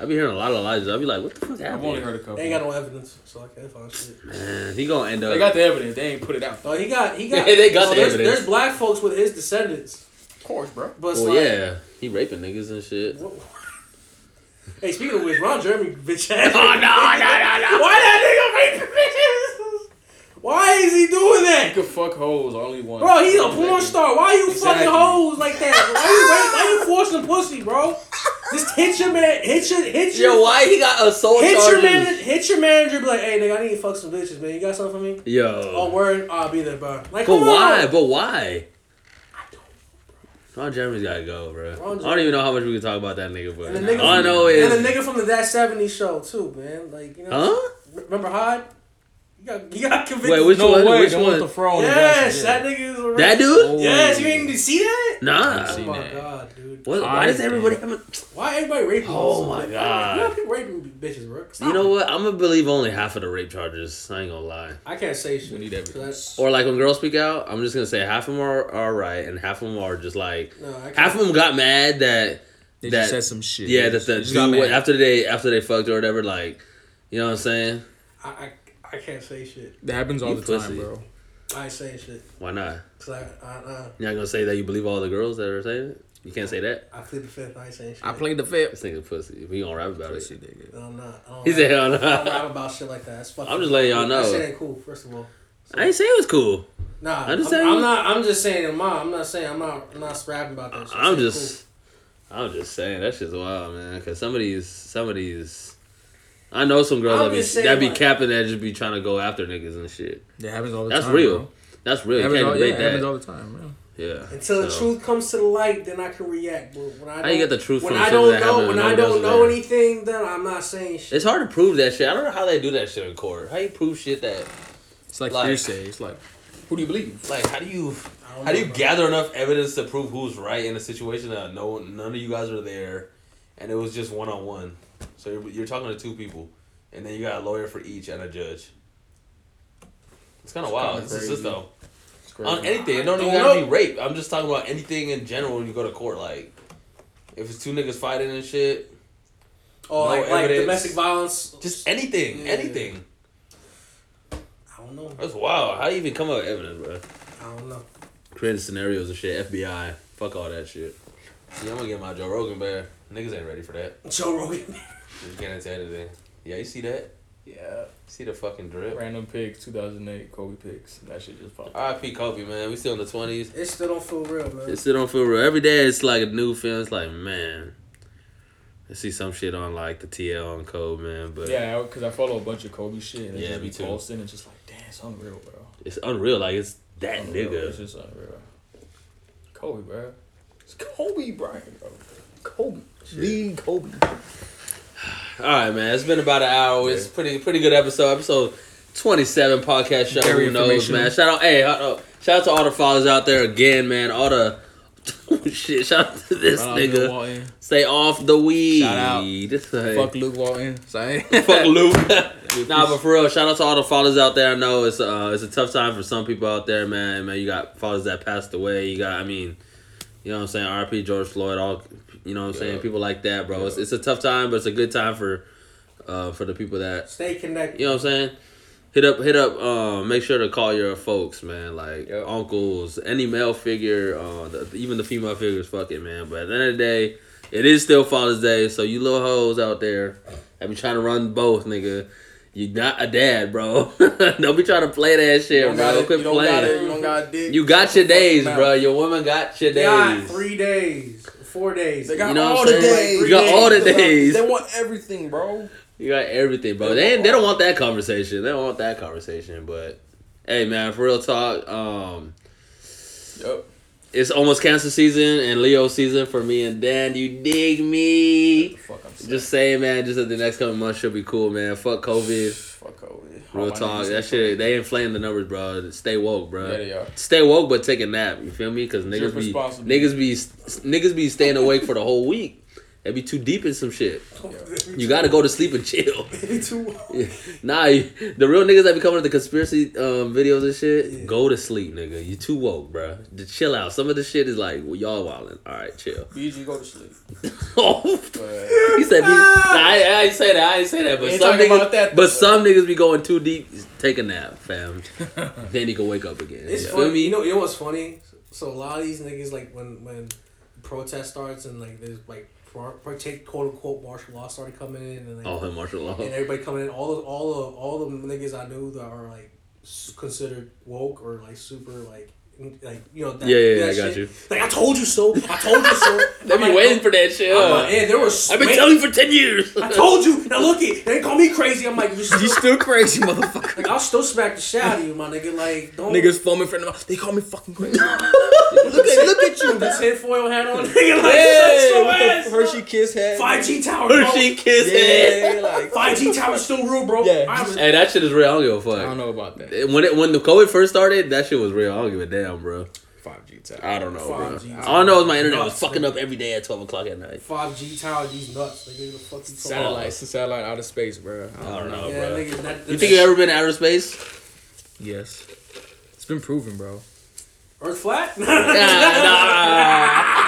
I be hearing a lot of lies. I be like, what the fuck I've only happened? heard a couple. They ain't got no evidence, so I can't find shit. Man, he gonna end They up. got the evidence. They ain't put it out. No, he got. He got. They got no, the there's, evidence. there's black folks with his descendants, Of course, bro. but it's Well, like, yeah, he raping niggas and shit. What- Hey, speaking of which, Ron Jeremy, bitch ass. Oh, no, no, no, no. Why that nigga raping bitches? Why is he doing You that? could fuck hoes only one. Bro, he's a porn star. Why you Exactly. fucking hoes like that? Why you, rape- why you forcing pussy, bro? Just hit your man, hit your, hit your, Yo, why he got assault hit your man, charges? hit your manager. Be like, hey, nigga, I need to fuck some bitches, man. You got something for me? Oh, Yo, word, I'll be there, bro. Like, but come why? on. But why? Ron Jeremy's gotta go, bro. Ron I don't even know how much we can talk about that nigga, but And the nigga all I from- know And is, the nigga from the That 70 show, too, man. Like, you know. huh? Remember Hyde? You got, you got convicted. Wait, which No one? way. Which don't one? want the throne. Yes, that nigga is a racist. That dude? Yes, you didn't Oh. see that? Nah. Oh seen my that. god, dude. What, why does everybody have a, Why everybody raping? Oh us? my Like, God. You know people raping bitches, bro. Stop You know it. what? I'm gonna believe only half of the rape charges. I ain't gonna lie. I can't say shit. We need evidence. 'cause that's- Or like when girls speak out, I'm just gonna say half of them are, are right and half of them are just like No, I can't. half of them got mad that They That- just said some shit. yeah They that just- the they just got dude mad. went- after they after they fucked or whatever like you know what I'm saying? I, I, I can't say shit. That happens all You the pussy. time, bro. I ain't saying shit. Why not? Cause I, I, uh, You're not gonna say that you believe all the girls that are saying it. You can't say that. I plead the fifth. I ain't saying shit. I played the fifth. This nigga pussy. We gonna rap about it. Pussy nigga. No, I'm not. I don't He rap- said hell I don't no. rap about shit like that. That's fucking- I'm just letting That y'all know. shit ain't cool. First of all, I ain't saying it was cool. nah. I I'm, just said- I'm not. I'm just saying, ma. I'm not saying. I'm not. I'm not rapping about that. Shit. I'm Shit just, I'm just saying that shit's wild, man. Cause some of these, some of these, I know some girls I'm that be, just saying, that be like- capping that just be trying to go after niggas and shit. That happens all the That's time. real. Bro. That's real. You happens, can't all, yeah, it debate happens that. all the time. Bro. yeah. Until the so- truth comes to the light, then I can react. But when I How you don't- get the truth when from I something don't that know, happened when and I nobody else don't was know there? anything, then I'm not saying shit. It's hard to prove that shit. I don't know how they do that shit in court. How you prove shit that It's like, Like- hearsay. It's like, Who do you believe? like how do you I don't how do know, you bro. gather enough evidence to prove who's right in a situation that no one, none of you guys were there, and it was just one on one. So you're, you're talking to two people, and then you got a lawyer for each and a judge. It's kind of wild. kinda It's just crazy. though. It's crazy. On anything. It don't even Don't gotta know. be rape. I'm just talking about anything in general when you go to court. Like, if it's two niggas fighting and shit, Oh, No like, like evidence. domestic violence. just anything, Yeah. anything. I don't know. That's wild. How do you even come up with evidence, bro? I don't know. Creating scenarios and shit. FBI. Fuck all that shit. See, I'm gonna get my Joe Rogan bear. Niggas ain't ready for that. Joe Rogan. Just can't say anything. Yeah, you see that? Yeah. See the fucking drip. Random picks, 2008 Kobe picks. That shit just popped. R.I.P. Kobe, man. We still in the twenties. It still don't feel real, man. It still don't feel real. Every day it's like a new film. It's like, man. I see some shit on like the TL on code, man. But Yeah, because I follow a bunch of Kobe shit. And Yeah, yeah, just me be too. Posting and just like, damn, it's unreal, bro. Oh, it's unreal. Like it's that Unreal. It's nigga. just unreal. Kobe, bro. It's Kobe Bryant, bro. Kobe. The Kobe. All right, man. It's been about an hour. It's pretty pretty good episode. Episode twenty seven podcast show. Very Who knows, informational. man? Shout out, hey, hold up. shout out to all the followers out there again, man. All the shit. Shout out to this Shout out Luke nigga. Walton. Stay off the weed. Shout out. Hey. Fuck Luke Walton. Sorry. Fuck Luke. nah, but for real, shout out to all the fathers out there. I know it's uh it's a tough time for some people out there, man. Man, you got fathers that passed away. You got, I mean, you know what I'm saying. R.P. George Floyd. All, you know what I'm saying. Yeah. People like that, bro. It's, it's a tough time, but it's a good time for, uh, for the people that Stay connected. you know what I'm saying? Hit up, hit up. Uh, make sure to call your folks, man. Like Yep. uncles, any male figure, uh, the, even the female figures. Fuck it, man. But at the end of the day, it is still Father's Day. So you little hoes out there, I be trying to run both, nigga. You not a dad, bro. don't be trying to play that shit, don't bro. gotta- Quit you don't playing. gotta- you don't gotta dig. you got your days, Mouth. bro. Your woman got your They got days. three days, four days. They got You know what all I'm the saying? You days. got all the They want- days. They want everything, bro. You got everything, bro. They they don't want that conversation. They don't want that conversation. But hey, man, for real talk, um. Yep. It's almost cancer season and Leo season for me and Dan. You dig me? Fuck, I'm Just saying, man. Just that the next couple months should be cool, man. Fuck COVID. Fuck COVID. Real All Oh, my talk. niggas- That shit. They inflating the numbers, bro. Stay woke, bro. Yeah, they are. Stay woke, but take a nap. You feel me? Cause niggas Drip be responsibly. niggas be niggas be staying awake for the whole week. They be too deep in some shit. You gotta go to sleep and chill. Too- Nah, you- the real niggas that be coming to the conspiracy um, videos and shit, Yeah. go to sleep, nigga. You too woke, bruh. To chill out. Some of the shit is like, well, y'all wildin'. All right, chill. BG go to sleep. oh, But he said, be, nah, I, I ain't say that. I ain't say that. But Ain't some talking niggas, about that, but though. some niggas be going too deep. Take a nap, fam. then you can wake up again. It's You feel funny. me? You know, you know what's funny? So a lot of these niggas like when when protest starts and like there's like pro- partake quote unquote martial law started coming in and like, All him martial law. and everybody coming in all the all the all the niggas I knew that are like s- considered woke or like super like n- like you know that, Yeah, yeah, yeah, that I got you. like I told you so I told you so They be waiting for that shit. I'm like, man, there was I've been telling you for 10 years. I told you now look it they call me crazy I'm like you You still, still crazy, motherfucker. like I'll still smack the shit out of you my nigga like don't Niggas foaming for them. They call me fucking crazy. look at look at you the tinfoil hat on nigga like Hey, so with ass, the Hershey Kiss head. 5G tower bro. Hershey kiss head. Yeah, like. 5G tower still real bro Yeah. I was- Hey, that shit is real. I don't give a fuck. I don't know about that. When it when the COVID first started, that shit was real. I don't give a damn, bro. 5G tower. I don't know, bro. 5G. All I know is my internet was Nuts, fucking nigga. up every day at twelve o'clock at night. 5G tower these nuts nigga the fuck you talking about? Satellites, the satellite out of space, bro. I I don't know, yeah bro. nigga that, You think you ever been to outer space? Yes. It's been proven, bro. Earth flat? Nah, nah. All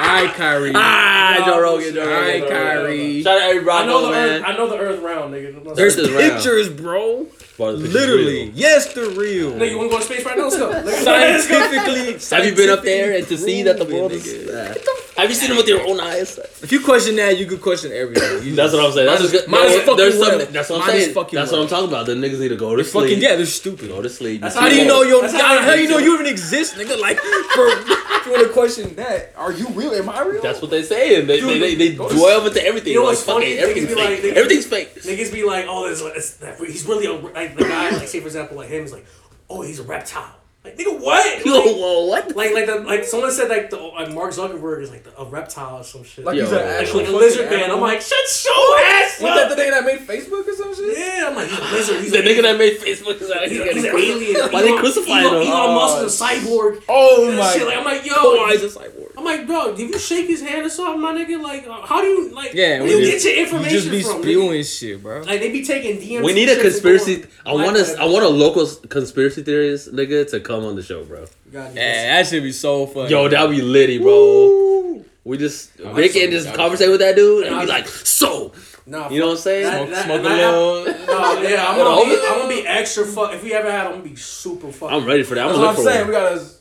right, Kyrie. All Ah, Joe Rogan, Joe right, Rogan. Kyrie. Shout out everybody, I know the man. earth. I know the earth round, nigga. There's Earth is round. pictures, bro. Bro, the picture's Literally. real. Yes, they're real. Nigga, you wanna go to space right now? Let's go. Let's go. Let's go. Scientifically, Have you been up there and to scientifically see that the world proven, is? nigga. Nah. Have you seen them with your own eyes? If you question that, you could question everything. You That's just- what I'm saying. That's Might as- just good. might as fucking there's some- well. That's what I'm Might as saying. fucking That's what I'm well. talking about. The niggas need to go to sleep. Fucking yeah, they're Go stupid. to sleep. That's How do you know your- your? That's how How, I do you feel. know you even exist, nigga? Like, for, if you want to question that, are you real? Am I real? That's what they say, and they Dude, they, they, they go to dwell into everything. You know like what's fuck funny? it, They everything's be like- fake. they- Everything's fake. Niggas be like, oh, there's, it's, he's really a like the guy. Like, say for example, like him is like, oh, he's a reptile. Like, nigga, what? Yo, Like, whoa, what? like, like, the, like someone said like the like Mark Zuckerberg is like the, a reptile or some shit. Like Like, Yo. he's an Like, actual like a fucking lizard man. animal. I'm like, shut your Was ass that up. the nigga that made Facebook or some shit? Yeah, I'm like, he's a lizard. He's The an nigga alien. that made Facebook is like, He's, he's a- he's an gotta- alien. Why they Elon- crucifying Elon, him? Elon Musk is a cyborg. Oh And shit, like, I'm like, yo, Oh, he's a cyborg. I'm like, bro, if you shake his hand or something, my nigga, like, uh, how do you like? Yeah, where we do you just- get your You information just be from? nigga? spewing shit, bro. Like they be taking DMs. We and need shit a to conspiracy. go on I want Black us. I want a local s- conspiracy theorist nigga to come on the show, bro. God, yes. Yeah, that should be so funny. Yo, that would be litty, bro. Woo. We just I'm Vic and excited. just conversate with that dude and Nah, be I'm- like, so Nah, you know what I'm saying? That- Smoke, smoke a I- little. No, yeah, I'm Hold gonna, be, on. I'm gonna be extra fuck. If we ever had, I'm gonna be super fuck. I'm ready for that. I'm That's gonna what look I'm for saying. We one. gotta.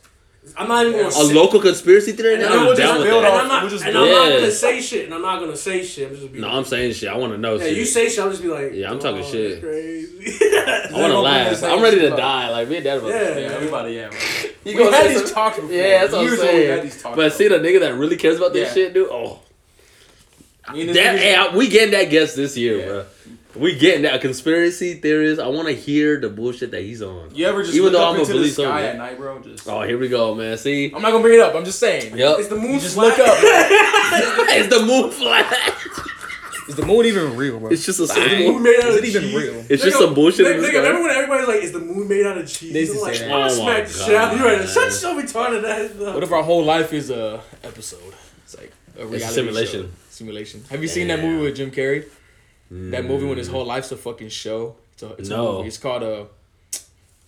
I'm not even gonna. A say, local conspiracy theorist. and nigga? I'm, I'm we'll just down with build that. off- and I'm not, We'll just and I'm build not off. gonna say shit, and I'm not gonna say shit. I'm just gonna be. No, like, I'm saying shit. I want to know Yeah, shit. you say shit, I'll just be like. Yeah, I'm talking "Oh, shit." that's Crazy. I want to They're gonna be laugh. the I'm same ready to shit, bro. die. Like me and that. Yeah. Yeah, everybody, yeah. Bro. You We gonna had say these some- talks before. Yeah, that's what I'm Years ago, we had saying. these talks, But bro. see the nigga that really cares about this Yeah. shit, dude. Oh, Me and that this nigga- hey, I- we getting that guest this year, Yeah. bro. We getting that conspiracy theorist. I want to hear the bullshit that he's on. You ever just Even look though up I'm a into the bully sky soldier. at night, bro? Just Oh, here we go, man. See, I'm not gonna bring it up. I'm just saying. yep, Is the moon You just flat? look up. it's the moon flat. Is the moon even real, bro? It's just a. Is the moon sign. made out Is of it even cheese? real? It's just some bullshit Nigga, in the nigga, sky. remember when everybody's like, "Is the moon made out of cheese?" They used I'm to like, say that. "Oh, Oh my smack the shit out of you right now." God. Shut so retarded ass up. What if our whole life is a episode? It's like a reality simulation. show. Simulation. Have you seen that Damn. movie with Jim Carrey? That movie when his whole life's a fucking show. It's a, it's Mm. No. a movie. It's called a.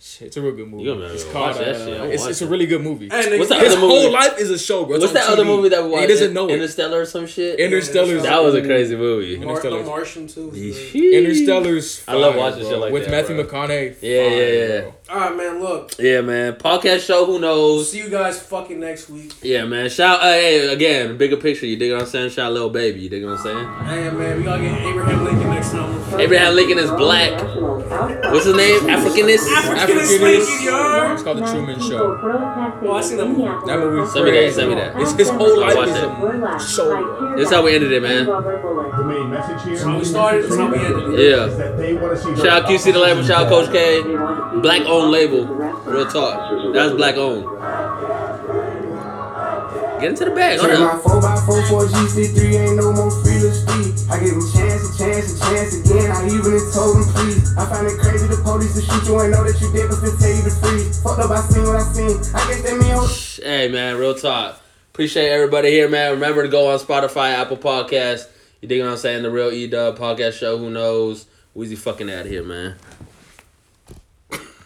Shit, it's a real good movie. You gonna It's watch called. that uh, shit. I'll It's, watch it's a it. really good movie. Hey, nigga, What's that His other movie? whole life is a show, bro. It's What's on that other TV. movie that we He watched? doesn't know it. Interstellar or some shit. Interstellar's that was a crazy Mar- movie. the Interstellar. Martian too. was good. Interstellar's. I love fire, watching bro. shit like with that, Matthew bro. McConaughey. Yeah, fire, yeah, yeah. bro. All right, man. Look, Yeah, man. Podcast show. Who we'll knows? see you guys fucking next week. Yeah, man. Shout. Uh, hey, again, bigger picture. You dig what I'm saying? Shout, little baby. You dig what I'm saying? Hey, man, we gotta get Abraham Lincoln next summer. Abraham Lincoln is black. What's his name? Africanist. African is African Lincoln, is- yo. It's called The Truman Show. Oh, I seen that movie. That movie. Send me that, crazy. send me that. It's his whole I'll life watch is it. a show, bro. This is how we ended it, man. The main message here How we started, it's how we ended. Yeah. is that they want to see their Shout out QC the label. Shout out Coach K. Black owned label. Real talk. That's black owned. Get into the bag. Hold Turn up. my 4x4, 4GC3, ain't no more free to speak. I give him chance, a chance, a chance again. I even done told him please. I find it crazy the police to shoot you ain't know that you did, but they tell you to freeze. Fucked up, I seen what I seen. I guess that mean oh, hoes Hey man, real talk. Appreciate everybody here, man. Remember to go on Spotify, Apple Podcasts. You dig what I'm saying? The real E Dub podcast show. Who knows? Wheezy fucking out here, man.